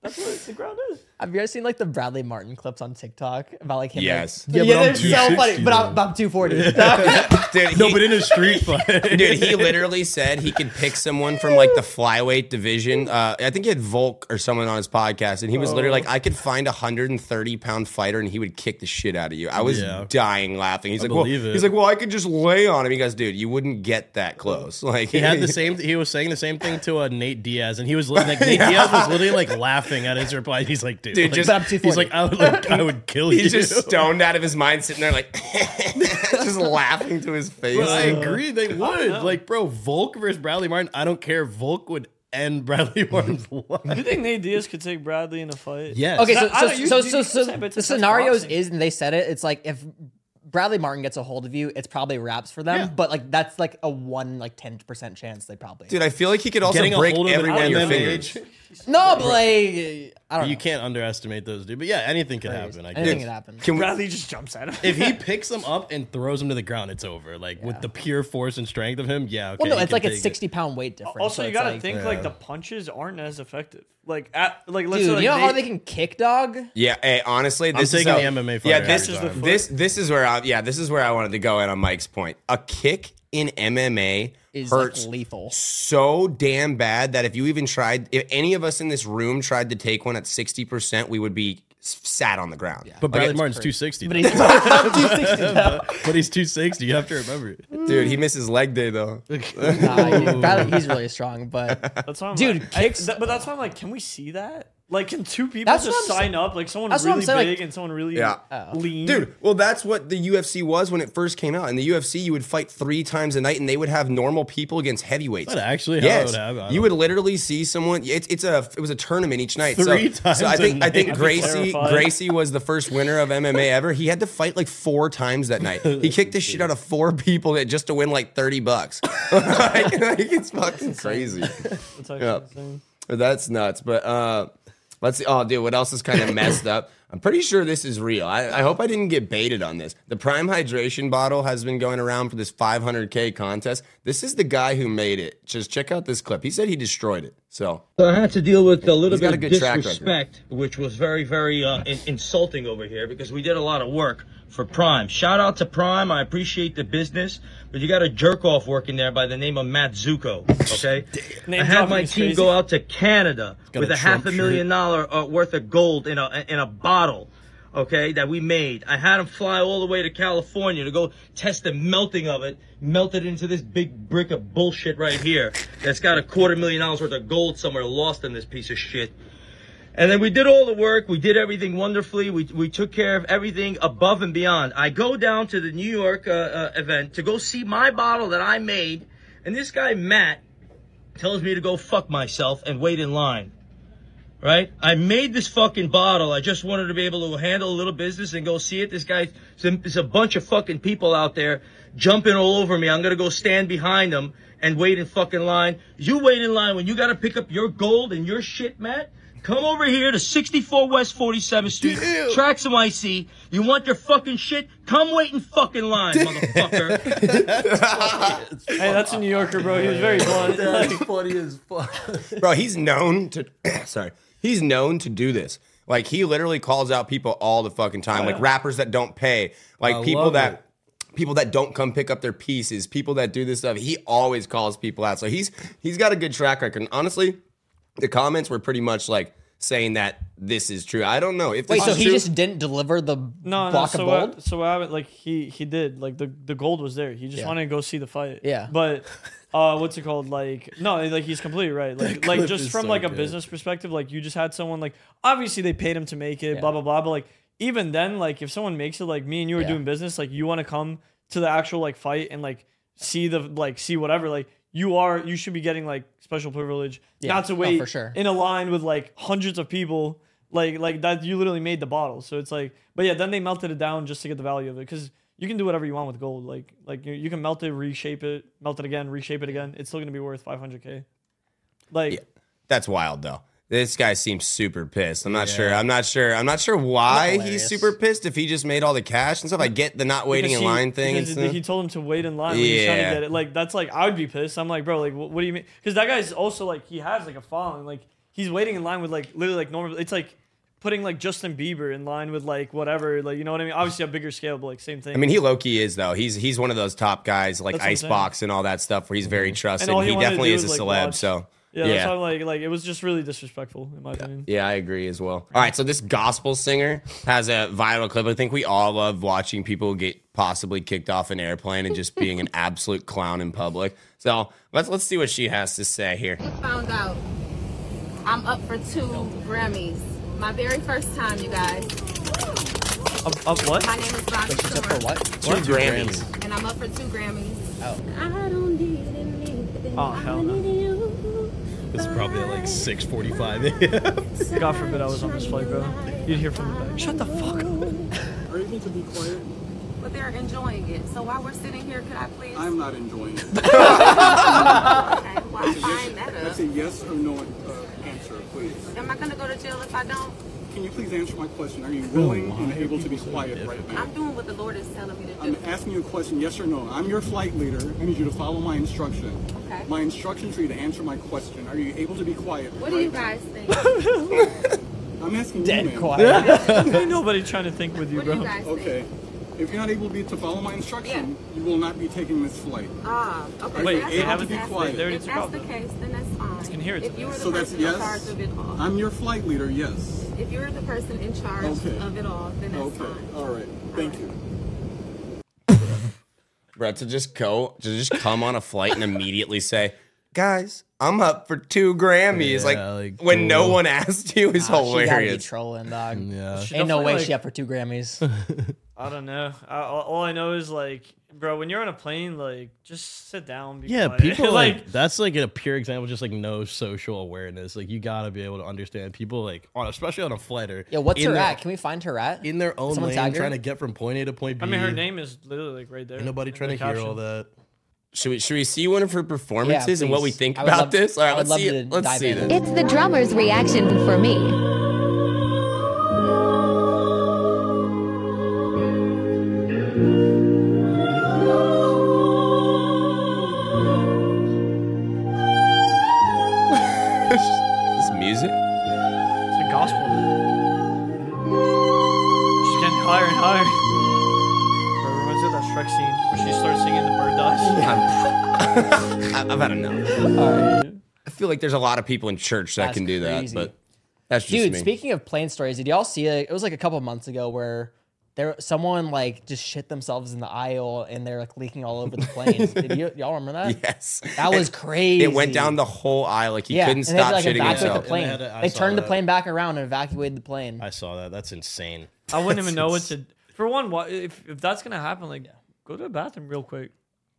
S1: that's what the ground is.
S2: Have you ever seen like the Bradley Martin clips on TikTok about like him?
S3: Yes.
S2: Like, yeah,
S4: Yeah, but
S2: they're
S4: I'm
S2: so
S4: 260
S2: funny. But I'm,
S4: though.
S2: I'm two forty.
S3: dude, he,
S4: No, but in a street fight.
S3: dude, he literally said he could pick someone from like the flyweight division. Uh, I think he had Volk or someone on his podcast, and he was
S4: Oh.
S3: literally like, "I could find a hundred and thirty pound fighter, and he would kick the shit out of you." I was
S4: Yeah.
S3: dying laughing. He's like, "Well,
S4: believe it.
S3: he's like, well, I could just lay on him." He goes, "Dude, you wouldn't get that close." Like
S4: He had the same. He was saying the same thing to uh, Nate Diaz, and he was li- like, Nate Diaz was literally like laughing at his reply. He's like, dude,
S3: Dude,
S4: like,
S3: just- But I'm
S4: he's
S2: 240.
S4: like, I would, like, I would kill you.
S3: He's just stoned out of his mind, sitting there like just laughing to his face.
S4: But I
S3: Like,
S4: agree, they would.
S1: know.
S4: Like, bro, Volk versus Bradley Martin. I don't care. Volk would end Bradley Martin's
S1: You
S4: life.
S1: think Nate Diaz could take Bradley in a fight?
S4: Yes.
S2: Okay,
S1: No,
S2: so
S1: I
S2: so,
S1: don't- you-
S2: so,
S1: you
S2: so,
S1: can
S2: so
S1: say, but it's
S2: the
S1: just
S2: scenarios
S1: boxing.
S2: is, and they said it. It's like if Bradley Martin gets a hold of you, it's probably wraps for them.
S4: Yeah.
S2: But like that's like a one like ten percent chance they probably.
S3: dude, I feel like he could also
S4: Getting a
S3: break
S4: hold of
S3: every
S4: an
S3: one of your
S4: MMA
S3: fingers.
S2: no, but like I don't
S4: You
S2: know.
S4: can't underestimate those, dude. But yeah, anything could happen. I
S2: Anything
S4: guess.
S2: can happen.
S3: Can we,
S1: Bradley just jumps at him.
S4: If he picks them up and throws them to the ground, it's over. Like with the pure force and strength of him, yeah. Okay,
S2: Well, no,
S4: he
S2: it's
S4: can
S2: like a
S4: take it.
S2: sixty pound weight difference.
S1: also,
S2: so
S1: you
S2: it's
S1: gotta
S2: like-
S1: think like the punches aren't as effective. Like at like let's
S2: dude.
S1: say, like,
S2: you know how
S1: Nate-
S2: they can kick, dog?
S3: yeah, hey, honestly, this
S4: taking
S3: is
S4: the
S3: how-
S4: MMA
S3: Yeah,
S4: fighter
S3: this
S1: every
S3: is
S1: time.
S3: the this this is where I yeah this is where I wanted to go in on Mike's point. A kick in MMA
S2: Is like,
S3: hurts
S2: lethal.
S3: so damn bad that if you even tried, if any of us in this room tried to take one at sixty percent, we would be s- sat on the ground.
S4: But Bradley Martin's two sixty.
S2: But he's not 260 though.
S4: But he's two sixty. You have to remember. it.
S3: dude, he misses leg day though.
S2: Nah, dude, Bradley, he's really strong, but
S1: That's why I'm
S2: Dude,
S1: like,
S2: kicks-
S1: I, th- but that's why I'm like, can we see that? Like, can two people
S2: That's what
S1: just
S2: I'm
S1: sign
S2: saying.
S1: up? Like, someone
S2: That's what I'm
S1: really
S2: saying, like- Oh.
S1: big and someone really
S3: Yeah.
S1: lean.
S3: Dude, well, that's what the UFC was when it first came out. In the UFC, you would fight three times a night, and they would have normal people against heavyweights.
S4: Is that actually how it
S3: yes,
S4: would happen? I
S3: you
S4: don't-
S3: would literally see someone. It's it's a it was a tournament each night.
S4: Three
S3: so,
S4: times
S3: So I
S4: a
S3: think I
S4: night.
S3: think
S4: I'd be
S3: Gracie
S1: terrified.
S3: Gracie was the first winner of MMA ever. He had to fight like four times that night. He kicked the shit out of four people that just to win like thirty bucks. like, like, it's fucking crazy.
S1: That's actually
S3: yeah.
S1: insane.
S3: But That's nuts. But uh, let's see. Oh, dude, what else is kind of messed up? I'm pretty sure this is real. I, I hope I didn't get baited on this. The Prime Hydration bottle has been going around for this 500K contest. This is the guy who made it. Just check out this clip. He said he destroyed it. So,
S5: So I had to deal with a little
S3: He's got
S5: bit
S3: a
S5: of
S3: good track record.
S5: disrespect, which was very, very uh, in- insulting over here because we did a lot of work for Prime. Shout out to Prime. I appreciate the business, but you got a jerk off working there by the name of Matt Zuko. Okay,
S1: Name
S5: I had
S1: dropping
S5: my
S1: is
S5: team
S1: crazy.
S5: go out to Canada
S4: got
S5: with
S4: a
S5: a half
S4: Trump
S5: a million dollar uh, worth of gold in a in a bottle. okay, that we made. I had him fly all the way to California to go test the melting of it, melt it into this big brick of bullshit right here that's got a quarter million dollars worth of gold somewhere lost in this piece of shit. And then we did all the work. We did everything wonderfully. We, we took care of everything above and beyond. I go down to the New York uh, uh, event to go see my bottle that I made. And this guy, Matt, tells me to go fuck myself and wait in line. Right? I made this fucking bottle. I just wanted to be able to handle a little business and go see it. This guy, there's a bunch of fucking people out there jumping all over me. I'm gonna go stand behind them and wait in fucking line. You wait in line when you gotta pick up your gold and your shit, Matt. Come over here to 64 West 47th Street, track some IC. You want your fucking shit? Come wait in fucking line, motherfucker.
S1: Hey, that's a New Yorker, bro. He was very blunt.
S6: That's
S1: Like,
S6: funny as fuck.
S3: bro he's known to sorry he's known to do this like he literally calls out people all the fucking time like rappers that don't pay like
S6: I
S3: people
S6: love
S3: that people that don't come pick up their pieces people that do this stuff he always calls people out so he's he's got a good track record and honestly the comments were pretty much like saying that this is true i don't know if this
S2: Wait, so
S3: is
S2: he
S3: true-
S2: just didn't deliver the
S1: no, no.
S2: block
S1: So
S2: of gold?
S1: what, so what happened? Like he he did. Like the the gold was there. He just wanted to go see the fight.
S2: Yeah.
S1: But. Uh, what's it called? Like no, like he's completely right. Like, like
S4: clip
S1: just
S4: is
S1: from
S4: so
S1: like a
S4: good.
S1: business perspective, like you just had someone like obviously they paid him to make it,
S2: Yeah.
S1: blah blah blah. But like even then, like if someone makes it, like me and you are
S2: Yeah.
S1: doing business, like you want to come to the actual like fight and like see the like see whatever, like you are you should be getting like special privilege,
S2: Yeah.
S1: not to
S2: No,
S1: wait
S2: for sure.
S1: in a line with like hundreds of people like like that you literally made the bottle so it's like but yeah then they melted it down just to get the value of it because you can do whatever you want with gold like like you, you can melt it reshape it melt it again reshape it again it's still gonna be worth 500k like
S3: That's wild though. This guy seems super pissed. I'm not sure. I'm not sure. I'm not sure why he's
S2: hilarious.
S3: super pissed. If he just made all the cash and stuff, I get the not waiting
S1: because
S3: in
S1: he-
S3: line thing. And
S1: because
S3: stuff.
S1: he told him to wait in line when he's trying
S3: Yeah.
S1: to get it like that's like i would be pissed i'm like bro like what, what do you mean because that guy's also like he has like a following like he's waiting in line with like literally like normal it's like putting like justin bieber in line with like whatever like you know what i mean obviously a bigger scale but like same thing
S3: I mean, he low key is though. He's he's one of those top guys like
S1: That's what I'm Mm-hmm.
S3: Icebox and all that stuff where he's very trusted.
S1: And all he
S3: He,
S1: wanted to
S3: definitely
S1: do
S3: is a
S1: was, like,
S3: celeb.
S1: watch.
S3: So
S1: Yeah,
S3: yeah,
S1: that's why I'm like, like it was just really disrespectful in my opinion.
S3: Yeah, I agree as well. All right, so this gospel singer has a viral clip. I think we all love watching people get possibly kicked off an airplane and just being an absolute clown in public. So let's let's see what she has to say here.
S7: just found out I'm up for two Grammys. My very first time, you guys.
S1: Up, up what?
S7: My name is Bonnie
S2: Except for
S7: Stewart,
S2: what?
S3: Two Grammys.
S7: and I'm up for two Grammys.
S2: Oh.
S7: I don't need anything.
S1: Oh, hell no.
S7: I need you.
S4: This is probably at like 6:45 a.m.
S1: God forbid I was on this flight, bro. You'd hear from the back. Shut the fuck up.
S8: Are you going to be quiet?
S7: But they're enjoying it. So while we're sitting here, could I please?
S8: I'm not enjoying it.
S7: okay, well, I find that up.
S8: That's a yes or no uh, answer, please.
S7: Am I gonna go to jail if I don't?
S8: Can you please answer my question? Are you willing and able to be quiet right now?
S7: I'm doing what the Lord is telling me to
S8: I'm
S7: do.
S8: asking you a question, yes or no. I'm your flight leader. I need you to follow my instruction.
S7: Okay.
S8: My instructions for you to answer my question. Are you able to be quiet?
S7: What do you
S8: right now?
S7: guys think?
S8: I'm asking you,
S2: Dead
S8: ma'am.
S2: quiet.
S1: Ain't nobody trying to think with you,
S7: What do you
S1: bro.
S7: guys think?
S8: Okay. If you're not able to, be, to follow my instruction, you will not be taking this flight.
S7: Ah, okay.
S1: Wait,
S7: so that's
S1: they
S7: what
S1: haven't-
S7: I'm asking.
S8: they already- they
S1: already
S7: If that's
S1: forgot
S7: the
S1: that.
S7: case, then that's fine.
S1: can hear it
S7: If
S1: today.
S7: you were the
S8: So that's
S7: person in charge
S8: yes.
S7: of it all,
S8: I'm your flight leader, yes.
S7: if you're the person in charge
S8: Okay.
S7: of it all, then that's
S8: Okay.
S7: fine.
S8: All right. Thank you.
S3: Bro, to just go, to just come on a flight and immediately say, guys, I'm up for two Grammys.
S4: Yeah,
S3: like,
S4: like,
S3: when no
S4: cool.
S3: one asked you is
S2: Nah, She gotta be
S3: hilarious.
S2: trolling, dog.
S4: Yeah.
S1: She
S2: Ain't no
S1: definitely,
S2: way
S1: like-
S2: she up for two Grammys.
S1: I don't know. I, all all I know is like, bro, when you're on a plane, like, just sit down. Be
S4: Yeah,
S1: quiet.
S4: people like, that's like a pure example, just like no social awareness. Like you gotta be able to understand people, like on especially on a flight or
S2: Yo, what's
S4: in
S2: her
S4: their,
S2: at? Can we find her at?
S4: in their own
S2: Someone
S4: lane,
S2: tag her?
S4: trying to get from point A to point B.
S1: I mean, her name is literally like right there.
S4: Ain't nobody
S1: in
S4: trying
S1: the
S4: to hear all
S1: caption.
S4: that.
S3: Should we, should we see one of her performances and what we
S2: please.
S3: think
S2: I would
S3: about
S2: love-
S3: this? All
S2: I
S3: right,
S2: would
S3: let's
S2: love
S3: see
S2: to
S3: it. Let's
S2: dive
S3: see
S2: in.
S3: this.
S9: It's the drummer's reaction for me.
S3: this music?
S1: It's a gospel. She's getting higher and higher. Bro, reminds me of that Shrek scene where she starts singing the bird dies.
S3: I, I've had enough. I feel like there's a lot of people in church that
S2: That's
S3: can do
S2: crazy.
S3: that, but That's just
S2: Dude,
S3: me.
S2: speaking of plane stories, did y'all see it? It was like a couple months ago where there someone like just shit themselves in the aisle and they're like leaking all over the plane. did you, y'all remember that?
S3: yes,
S2: That was
S3: And
S2: crazy.
S3: It went down the whole aisle. Like he
S2: yeah,
S3: couldn't
S2: and they had to, like,
S3: stop shitting
S2: evacuate
S3: himself.
S2: The plane.
S4: And they had to- I
S2: they
S4: saw
S2: turned the
S4: that.
S2: plane back around and evacuated the plane.
S4: I saw that. That's insane.
S1: I wouldn't even know what to. For one, why- if if that's gonna happen, like go to the bathroom real quick.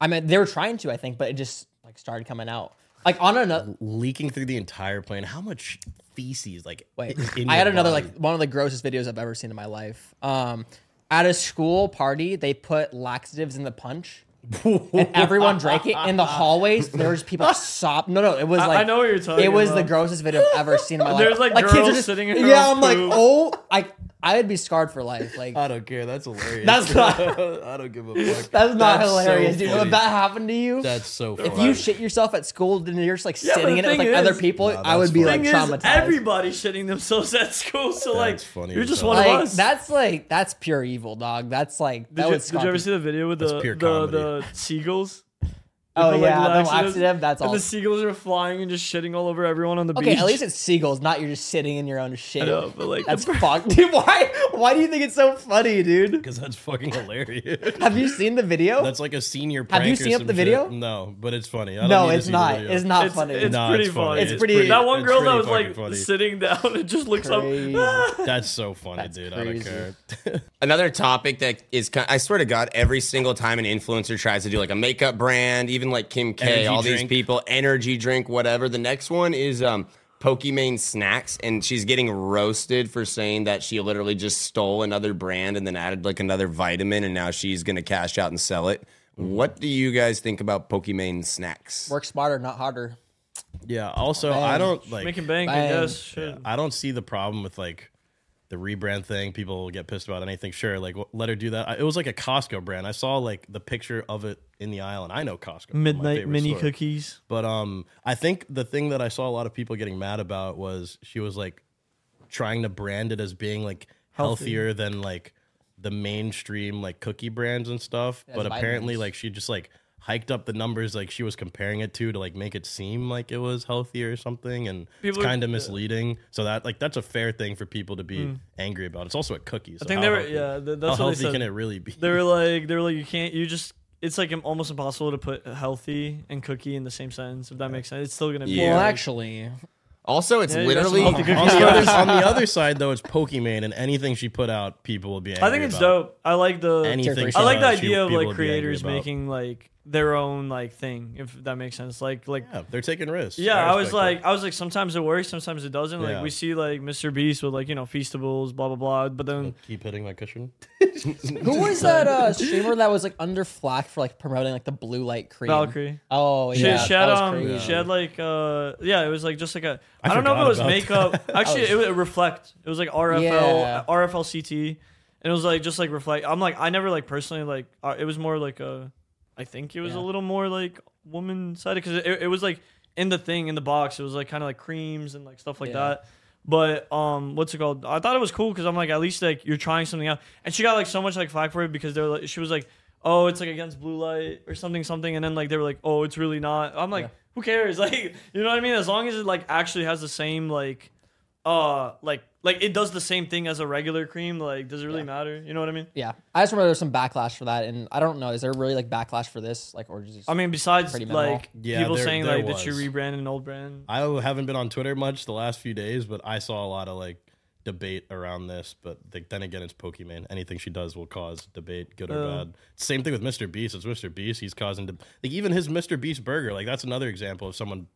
S2: I mean, they were trying to, I think, but it just like started coming out. Like on another.
S4: Leaking through the entire plane. How much feces? Like
S2: Wait,
S4: in
S2: I had
S4: your
S2: another
S4: body?
S2: like one of the grossest videos I've ever seen in my life. Um, at a school party, they put laxatives in the punch, and everyone drank it. In the hallways, there was people sob. No, no, it was
S1: I-
S2: like
S1: I know what you're talking
S2: It was the
S1: about.
S2: grossest video I've ever seen in my life.
S1: There's, like,
S2: kids are
S1: girls sitting in their
S2: Yeah,
S1: own
S2: I'm like,
S1: poop. Uh,
S2: oh, I I'd be scarred for life. Like
S4: I don't care. That's hilarious.
S2: That's not-
S4: I don't give a fuck.
S2: that's not
S4: That's so
S2: hilarious, dude.
S4: funny.
S2: If that happened to you,
S4: That's so.
S2: if
S4: funny.
S2: you shit yourself at school and you're just like
S1: Yeah, but
S2: sitting
S1: the
S2: in it with like
S1: thing
S2: other
S1: is-
S2: people,
S4: Nah,
S2: I would
S4: that's
S2: be
S1: Thing
S2: like
S1: is,
S2: traumatized.
S1: everybody shitting themselves at school. So like,
S4: That's funny
S1: you're just
S4: as hell.
S1: one of
S2: like
S1: us.
S2: that's like that's pure evil, dog. That's like
S1: did,
S2: that
S1: you,
S2: would
S1: did you ever
S2: scarf
S1: see the video with the
S4: That's pure
S1: the,
S4: comedy.
S1: the seagulls? They
S2: Oh
S1: put, like,
S2: yeah, the
S1: laxatives,
S2: laxative. That's
S1: And
S2: all.
S1: the seagulls are flying and just shitting all over everyone on the
S2: Okay,
S1: beach.
S2: at least it's seagulls, not you're just sitting in your own shit.
S1: I know, but like,
S2: That's
S1: the,
S2: fucked, dude. Why? Why do you think it's so funny, dude?
S4: because that's fucking hilarious.
S2: Have you seen the video?
S4: That's like a senior.
S2: Have
S4: Prank
S2: you
S4: or
S2: seen up
S4: some
S2: the video?
S4: shit. No, but it's funny. I don't
S2: no,
S4: need to
S2: it's
S4: see the
S2: not.
S4: video.
S2: It's not
S1: it's,
S2: funny.
S1: It's
S4: No,
S1: pretty
S4: it's
S1: funny.
S4: funny.
S2: It's pretty-
S1: That one
S4: it's
S1: girl that
S4: pretty
S1: was like
S4: fucking funny.
S1: sitting down and just looks
S2: Crazy.
S1: up. Ah!
S4: That's so funny,
S2: That's
S4: dude.
S2: crazy.
S4: I don't care.
S3: Another topic that is, kind I swear to God, every single time an influencer tries to do like a makeup brand, even like Kim K,
S4: Energy
S3: all these
S4: drink.
S3: people, energy drink, whatever. The next one is um, Pokimane snacks, and she's getting roasted for saying that she literally just stole another brand and then added like another vitamin, and now she's gonna cash out and sell it. What do you guys think about Pokimane snacks?
S2: Work smarter, not harder.
S4: Yeah. Also, I don't like.
S1: Making bank, I
S2: Bang.
S1: guess. Shit.
S4: I don't see the problem with like the rebrand thing. People will get pissed about anything. Sure, like wh- let her do that. I, it was like a Costco brand. I saw like the picture of it in the aisle, and I know Costco. my
S1: Midnight
S4: favorite
S1: mini
S4: store.
S1: cookies.
S4: But um, I think the thing that I saw a lot of people getting mad about was she was like trying to brand it as being like
S1: Healthy.
S4: healthier than like the mainstream like cookie brands and stuff. but apparently,
S2: vitamins.
S4: like she just like hiked up the numbers like she was comparing it to to like make it seem like it was healthier or something, and
S1: People are- uh, Hmm.
S4: it's kind of misleading. So that like that's a fair thing for people to be angry about. It's also a cookie. So
S1: I think
S4: how
S1: they were,
S4: healthy-
S1: yeah, th- that's
S4: how
S1: what they
S4: healthy
S1: said.
S4: can it really be?
S1: They were like, they were like, you can't, you just, it's like im- almost impossible to put healthy and cookie in the same sentence. If that makes sense, it's still gonna be.
S3: Yeah.
S2: Well, actually,
S3: Also, it's
S1: Yeah, you got some
S3: literally
S1: healthy cookies.
S4: on, the other, on the other side, though, it's Pokimane, and anything she put out, people will be. Angry
S1: I think it's
S4: about.
S1: dope. I like the.
S4: anything.
S1: I like the
S4: she-
S1: idea of
S4: people
S1: like
S4: would be angry
S1: creators
S4: about.
S1: making like their own like thing, if that makes sense. Like like
S4: Yeah, they're taking risks.
S1: Yeah, I, was
S4: respect
S1: like,
S4: that.
S1: I was like, sometimes it works, sometimes it doesn't. Like
S4: Yeah.
S1: we see like Mr. Beast with like you know feastables, blah blah blah. But then
S4: keep hitting my cushion.
S2: who was that uh, streamer that was like under flack for like promoting like the blue light cream?
S1: Valkyrie.
S2: Oh
S1: she,
S2: yeah,
S1: she
S2: that
S1: had
S2: was
S1: um,
S2: crazy.
S1: she had like uh, yeah, it was like just like a I,
S4: I
S1: don't know if it
S4: forgot
S1: was
S4: about
S1: makeup. Actually, it was it reflect. It was like RFL
S2: Yeah.
S1: RFL CT, and it was like just like reflect. I'm like I never like personally like uh, it was more like a, I think it was a little more like woman sided because it, it was like in the thing in the box. It was like kind of like creams and like stuff like
S2: Yeah.
S1: that. But um, what's it called? I thought it was cool because I'm like, at least like you're trying something out. And she got like so much like flack for it because they're like, she was like, oh, it's like against blue light or something, something. And then like they were like, oh, it's really not. I'm like, who cares? Like, you know what I mean? As long as it like actually has the same like, uh, like like it does the same thing as a regular cream. Like, does it really matter? You know what I mean?
S2: Yeah, I just remember there was some backlash for that, and I don't know. Is there really like backlash for this? Like, or just
S1: I mean, besides
S2: Pretty minimal.
S1: like
S4: Yeah,
S1: people
S4: there-
S1: saying
S4: there
S1: like that you
S4: was.
S1: rebrand an old brand.
S4: I haven't been on Twitter much the last few days, but I saw a lot of like debate around this. But like, then again, it's Pokemon. Anything she does will cause debate, good or
S1: Yeah.
S4: bad. Same thing with Mr. Beast. It's Mr. Beast. He's causing deb like even his Mr. Beast burger. Like that's another example of someone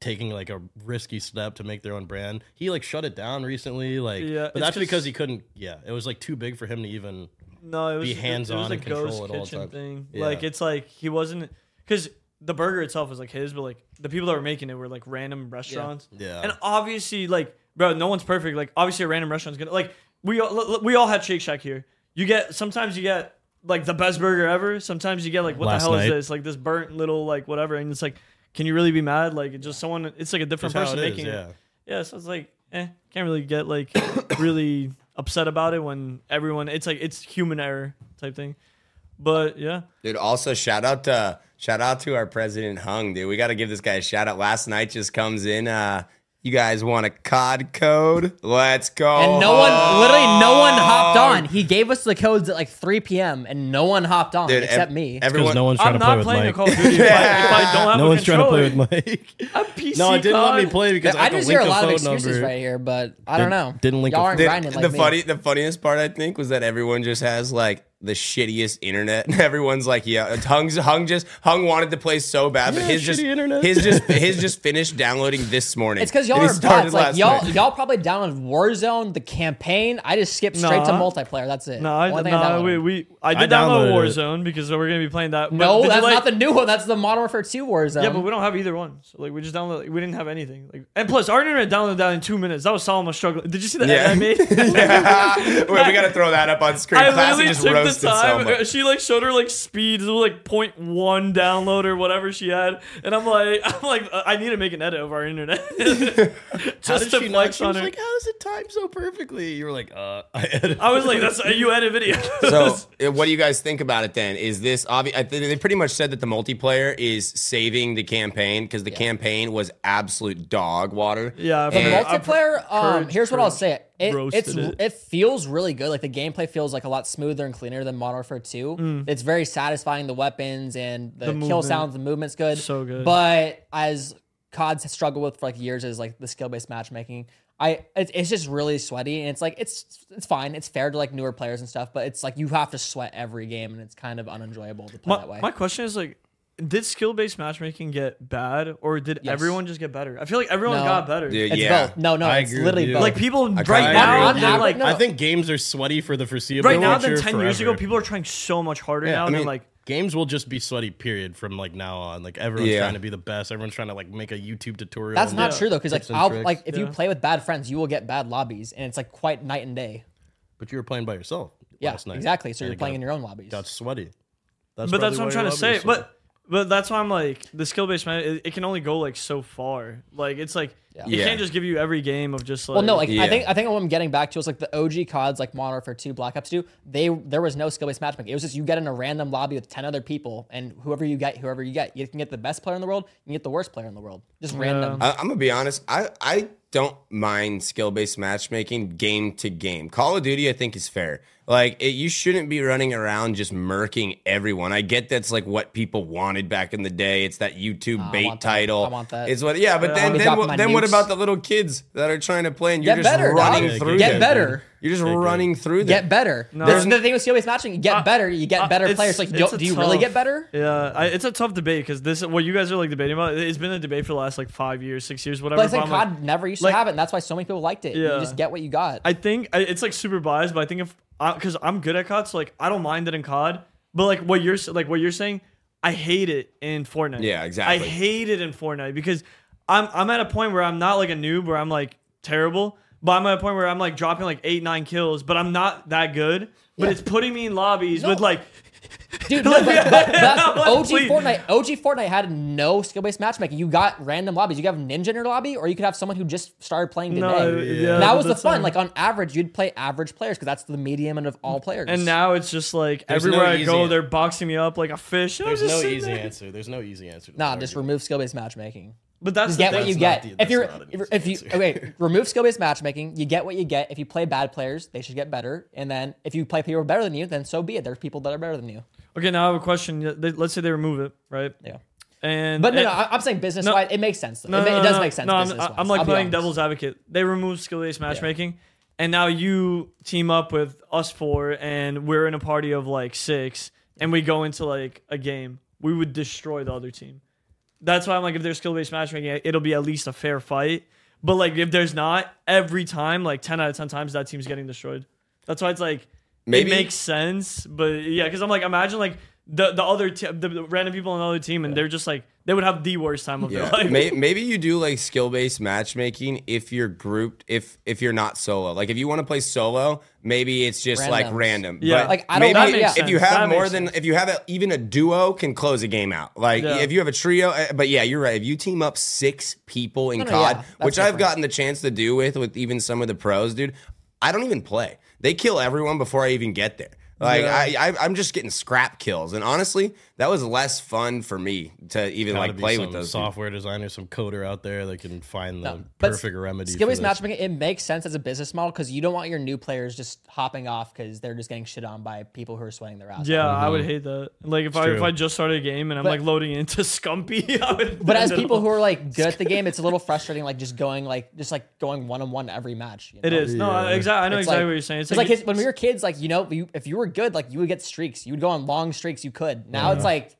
S4: taking like a risky step to make their own brand. He like shut it down recently. Like,
S1: Yeah,
S4: but
S1: it's
S4: that's
S1: 'cause-
S4: because he couldn't. Yeah, it was like too big for him to even.
S1: No, it was
S4: be
S1: it-
S4: hands-on
S1: It was a
S4: and control
S1: ghost
S4: at all
S1: kitchen
S4: times.
S1: thing.
S4: Yeah.
S1: Like it's like he wasn't because the burger itself was like his, but like the people that were making it were like random restaurants.
S4: Yeah.
S1: and obviously, like bro, no one's perfect. Like obviously, a random restaurant's gonna like we all l- l- we all had Shake Shack here. You get sometimes you get like the best burger ever. Sometimes you get like what
S4: Last
S1: the hell is
S4: night.
S1: this? Like this burnt little like whatever, and it's like. Can you really be mad? Like it's just someone. It's like a different
S4: That's how
S1: person
S4: it is,
S1: making
S4: yeah.
S1: it. Yeah, so it's like, eh, can't really get like really upset about it when everyone. It's like it's human error type thing. But yeah,
S3: Dude, also shout out to shout out to our president Hung, dude. We got to give this guy a shout out. Last night just comes in. Uh, You guys want a COD code? Let's go.
S2: And no one, literally no one hopped on. He gave us the codes at like 3 p.m. and no one hopped on
S3: Dude, ev-
S2: except me.
S3: Everyone,
S4: Because no one's trying
S1: I'm
S4: to play
S1: not
S4: with
S1: playing a
S4: Mike.
S1: Call of Duty if, I, if I don't have
S4: no
S1: a
S4: one's trying to play
S1: controller.
S4: with Mike.
S1: A PC
S4: No, it didn't
S1: COD.
S4: let me play because I,
S2: I
S4: had to
S2: just hear a
S4: link
S2: lot of
S4: phone
S2: excuses
S4: number.
S2: right here, but I don't
S4: Didn't-
S2: know.
S4: didn't link a
S2: Y'all aren't
S3: Did-
S2: grinding like
S3: the
S2: me.
S3: funny, the funniest part I think was that everyone just has like the shittiest internet. Everyone's like, yeah, Hung's Hung just Hung wanted to play so bad, but
S4: Yeah,
S3: his just
S4: shitty internet.
S3: his just his just finished downloading this morning.
S2: It's because y'all
S3: And
S2: are
S3: he
S2: bots.
S3: started
S2: Like
S3: last
S2: y'all,
S3: night.
S2: y'all probably downloaded Warzone, the campaign. I just skipped straight to
S1: Nah.
S2: multiplayer. That's it.
S1: No, I,
S2: Only thing I
S1: no,
S2: downloaded.
S1: we, we I did
S4: I
S1: download
S4: downloaded it.
S1: Warzone because we're gonna be playing that. but
S2: no,
S1: did you
S2: that's
S1: like-
S2: not the new one. That's the Modern Warfare 2 Warzone.
S1: Yeah, but we don't have either one. So like we just download. we didn't have anything. Like and plus our internet downloaded that in two minutes. That was Solomon struggling. Did you see the
S3: Yeah.
S1: edit I made?
S3: Wait, we gotta throw that up on screen.
S1: I
S3: Classy
S1: literally
S3: just
S1: took
S3: roasted
S1: the time. uh,
S3: Selma.
S1: She like showed her like speed, it was like 0.1 download or whatever she had, and I'm like, I'm like, uh, I need to make an edit of our internet
S4: How
S1: just
S4: did
S1: to
S4: she know?
S1: flex
S4: She
S1: on
S4: was
S1: her.
S4: like, "How does it time so perfectly?" You were like, "Uh, I edited."
S1: I was like, that's you edit video.
S3: So, uh, what do you guys think about it then? Is this obvious? They pretty much said that the multiplayer is saving the campaign because the campaign was absolute dog water.
S1: yeah, I've-
S2: The
S3: And-
S1: I've-
S2: multiplayer, um,
S1: Purge,
S2: here's what I'll
S1: Purge.
S2: say. It,
S1: Roasted
S2: it's
S1: it.
S2: it. feels really good. Like the gameplay feels like a lot smoother and cleaner than Modern Warfare 2. It's very satisfying. The weapons and the, kill
S1: Mm. movement.
S2: sounds, the movement's good.
S1: So good.
S2: But as COD's struggled with for like years is like the skill based matchmaking. I it's, it's just really sweaty and it's like it's it's fine. It's fair to like newer players and stuff, but it's like you have to sweat every game and it's kind of unenjoyable to play that
S1: my,
S2: way.
S1: my question is like. Did skill based matchmaking get bad or did
S2: Yes.
S1: everyone just get better? I feel like everyone
S2: No.
S1: got better.
S3: Yeah,
S2: it's
S3: yeah.
S2: both. No, no,
S4: I
S2: it's
S4: agree with
S2: literally
S4: you.
S2: both.
S1: Like people
S3: I
S1: right
S3: kinda
S1: now,
S2: agree with
S1: they're
S2: you.
S1: like
S2: No.
S4: I think games are sweaty for the foreseeable
S1: right now than
S4: future,
S1: 10 years ago
S4: forever.
S1: people are trying so much harder
S3: Yeah,
S1: now
S3: I
S1: than
S3: mean,
S1: like
S4: Games will just be sweaty. Period. From like now on, like everyone's
S3: Yeah.
S4: trying to be the best. Everyone's trying to like make a YouTube tutorial.
S2: That's
S4: on
S2: not
S4: it.
S2: true though, because like
S4: and
S2: I'll
S4: tricks.
S2: like if you
S1: Yeah.
S2: play with bad friends, you will get bad lobbies, and it's like quite night and day.
S4: But you were playing by yourself
S2: Yeah,
S4: last night.
S2: exactly. So
S4: And
S2: you're
S4: it
S2: playing
S4: got-
S2: in your own lobbies.
S4: Got sweaty. That's
S1: but that's
S4: probably
S1: what I'm
S4: why
S1: trying
S4: your
S1: to
S4: lobby
S1: say
S4: is sweaty.
S1: but but that's why I'm like the skill based man it, it can only go like so far like it's like you
S3: Yeah.
S1: can't just give you every game of just like
S2: well, no, like
S3: Yeah.
S2: I think I think what I'm getting back to is like the OG CODs, like Modern Warfare 2, Black Ops 2. They there was no skill based matchmaking. It was just you get in a random lobby with ten other people, and whoever you get, whoever you get, you can get the best player in the world, you can get the worst player in the world, just random.
S3: I, I'm gonna be honest. I I don't mind skill based matchmaking game to game. Call of Duty, I think, is fair. Like it, you shouldn't be running around just murking everyone. I get that's like what people wanted back in the day. It's that YouTube bait
S2: want that.
S3: title.
S2: Ah, I want that.
S3: It's what. Yeah, but
S2: I'll
S3: then
S2: be
S3: then,
S2: dropping
S3: what-
S2: my
S3: then what
S2: nukes.
S3: about the little kids that are trying to play and you're
S2: Get
S3: just
S2: better, dog.
S3: running
S4: Yeah,
S3: through
S2: get
S3: them?
S2: better.
S3: You're just running through them.
S2: Get better. This is the thing with skill based matching. You get better, you get
S1: Uh,
S2: better
S1: it's-
S2: players. Like,
S1: it's
S2: yo,
S1: a
S2: do you really
S1: tough-
S2: get better?
S1: yeah I, it's a tough debate because this what you guys are like debating about it's been a debate for the last like five years six years whatever
S2: But I think
S1: but I'm, like,
S2: COD never used to
S1: like-
S2: have it, and that's why so many people liked it.
S1: Yeah.
S2: You just get what you got.
S1: I think I, it's like super biased, but I think if because I'm good at COD, so like I don't mind it in COD. But like what you're s- like what you're saying, I hate it in Fortnite.
S3: Yeah, exactly.
S1: I hate it in Fortnite because I'm I'm at a point where I'm not like a noob where I'm like terrible, but I'm at a point where I'm like dropping like eight nine kills, but I'm not that good. But it's putting me in lobbies with like
S2: Dude, no, but, but, but
S1: Like,
S2: OG
S1: please.
S2: Fortnite, OG Fortnite had no skill based matchmaking. You got random lobbies. You could have ninja in your lobby, or you could have someone who just started playing today.
S1: No, yeah,
S2: that
S1: but
S2: was the
S1: that's
S2: fun.
S1: not-
S2: Like on average, you'd play average players because that's the medium of all players.
S1: and now it's just like
S4: There's
S1: everywhere
S4: no
S1: I go,
S4: easy-
S1: they're boxing me up like a fish. and I'm
S4: There's
S1: just
S4: no
S1: sitting
S4: easy
S1: there.
S4: answer. There's no easy answer. to
S2: nah,
S4: that
S2: just
S4: argument.
S2: remove skill based matchmaking.
S1: But that's
S2: Just
S1: the
S2: get
S1: thing.
S2: what you
S4: not
S2: get.
S4: the-
S2: if
S4: that's
S2: you're,
S4: not an
S2: if,
S4: easy
S2: if you, okay, remove skill based matchmaking. You get what you get. If you play bad players, they should get better. And then if you play people who are better than you, then so be it. There's people that are better than you.
S1: Okay, now I have a question. Yeah, they- Let's say they remove it, right?
S2: Yeah.
S1: And
S2: But no,
S1: and-
S2: no, I- I'm saying business wise, it makes sense. Though. it, ma- it does make sense.
S1: No, I'm,
S2: business-wise.
S1: I'm like
S2: I'll be
S1: playing
S2: honest.
S1: devil's advocate. They remove skill based matchmaking, and now you team up with us four, and we're in a party of like six, and we go into like a game. We would destroy the other team. That's why I'm like, if there's skill based matchmaking, it'll be at least a fair fight. But like, if there's not, every time, like ten out of ten times, that team's getting destroyed. That's why it's like
S3: Maybe-
S1: it makes sense, but yeah, because I'm like, imagine like the the other t- the, the random people on the other team, and they're just like they would have the worst time of
S3: Yeah.
S1: their life.
S3: May- Maybe you do like skill based matchmaking if you're grouped, if if you're not solo. Like if you want to play solo, maybe it's just like
S2: Randoms.
S3: random.
S1: Yeah.
S3: But
S2: Like, I don't-
S3: maybe
S2: That makes
S3: if you
S1: sense.
S3: have
S1: That
S3: more
S1: makes
S3: than if you have a, even a duo can close a game out. Like
S1: Yeah.
S3: if you have a trio. uh, But yeah, you're right. If you team up six people in
S2: no, yeah,
S3: COD,
S2: that's
S3: which I've
S2: different.
S3: gotten the chance to do with with even some of the pros, dude. I don't even play. They kill everyone before I even get there. Like I, I, I'm just getting scrap kills, and honestly, that was less fun for me to even
S4: Gotta
S3: like
S4: be
S3: play
S4: some
S3: with those. people.
S4: software designer, some coder out there that can find the
S2: but
S4: perfect remedy. for
S2: Skill-based
S4: this.
S2: matchmaking, it makes sense as a business model because you don't want your new players just hopping off because they're just getting shit on by people who are sweating their ass.
S1: Yeah, I would hate that. Like if I if
S4: true.
S1: I just started a game and I'm
S2: But-
S1: like loading into Scumpy, I would.
S2: But as people who are like good at the game, it's a little frustrating, like just going like just like going one on one every match. you
S1: it
S2: know?
S1: is no, exactly. I know
S2: It's
S1: exactly
S2: like-
S1: what you're saying. It's
S2: It's like his, when we were kids, like you know, you, if you were good, like you would get streaks. You would go on long streaks. You could. Now it's like if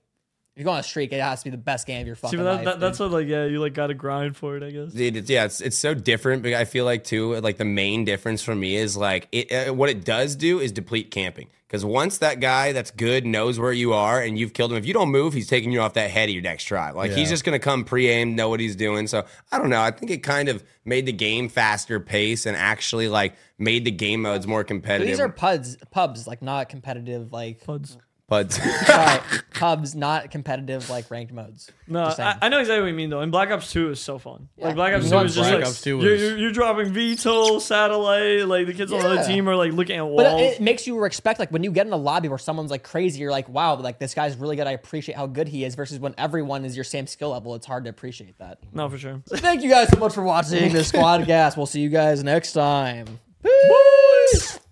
S2: you go on a streak, it has to be the best game of your
S1: See,
S2: fucking
S1: but that,
S2: life.
S1: that, that's
S2: dude.
S1: what like yeah, you like got to grind for it, I guess.
S3: Dude, it's, yeah, it's, it's so different. But I feel like too, like the main difference for me is like it, uh, what it does do is deplete camping. Because once that guy that's good knows where you are and you've killed him, if you don't move, he's taking you off that head of your next try. Like he's
S4: Yeah.
S3: just gonna come pre-aimed, know what he's doing. So I don't know. I think it kind of made the game faster pace and actually like made the game modes more
S2: But
S3: competitive.
S2: these are pubs, pubs like not competitive, like
S1: Buds.
S3: but
S2: sorry, pubs, not competitive, like ranked modes.
S1: No,
S2: Just saying.
S1: I, I know exactly what you mean though. And Black Ops Two is so fun. Like Black Ops
S2: You
S1: Two
S2: want
S1: is just
S4: Black
S1: like
S4: Ops 2
S1: you're,
S4: is-
S1: you're, you're dropping VTOL satellite. Like the kids on the other
S2: Yeah.
S1: team are like looking at walls.
S2: But it makes you respect, like when you get in a lobby where someone's like crazy, you're like, wow, like this guy's really good. I appreciate how good he is. Versus when everyone is your same skill level, it's hard to appreciate that.
S1: no, for sure.
S2: So thank you guys so much for watching the Squad Gas. We'll see you guys next time. Peace.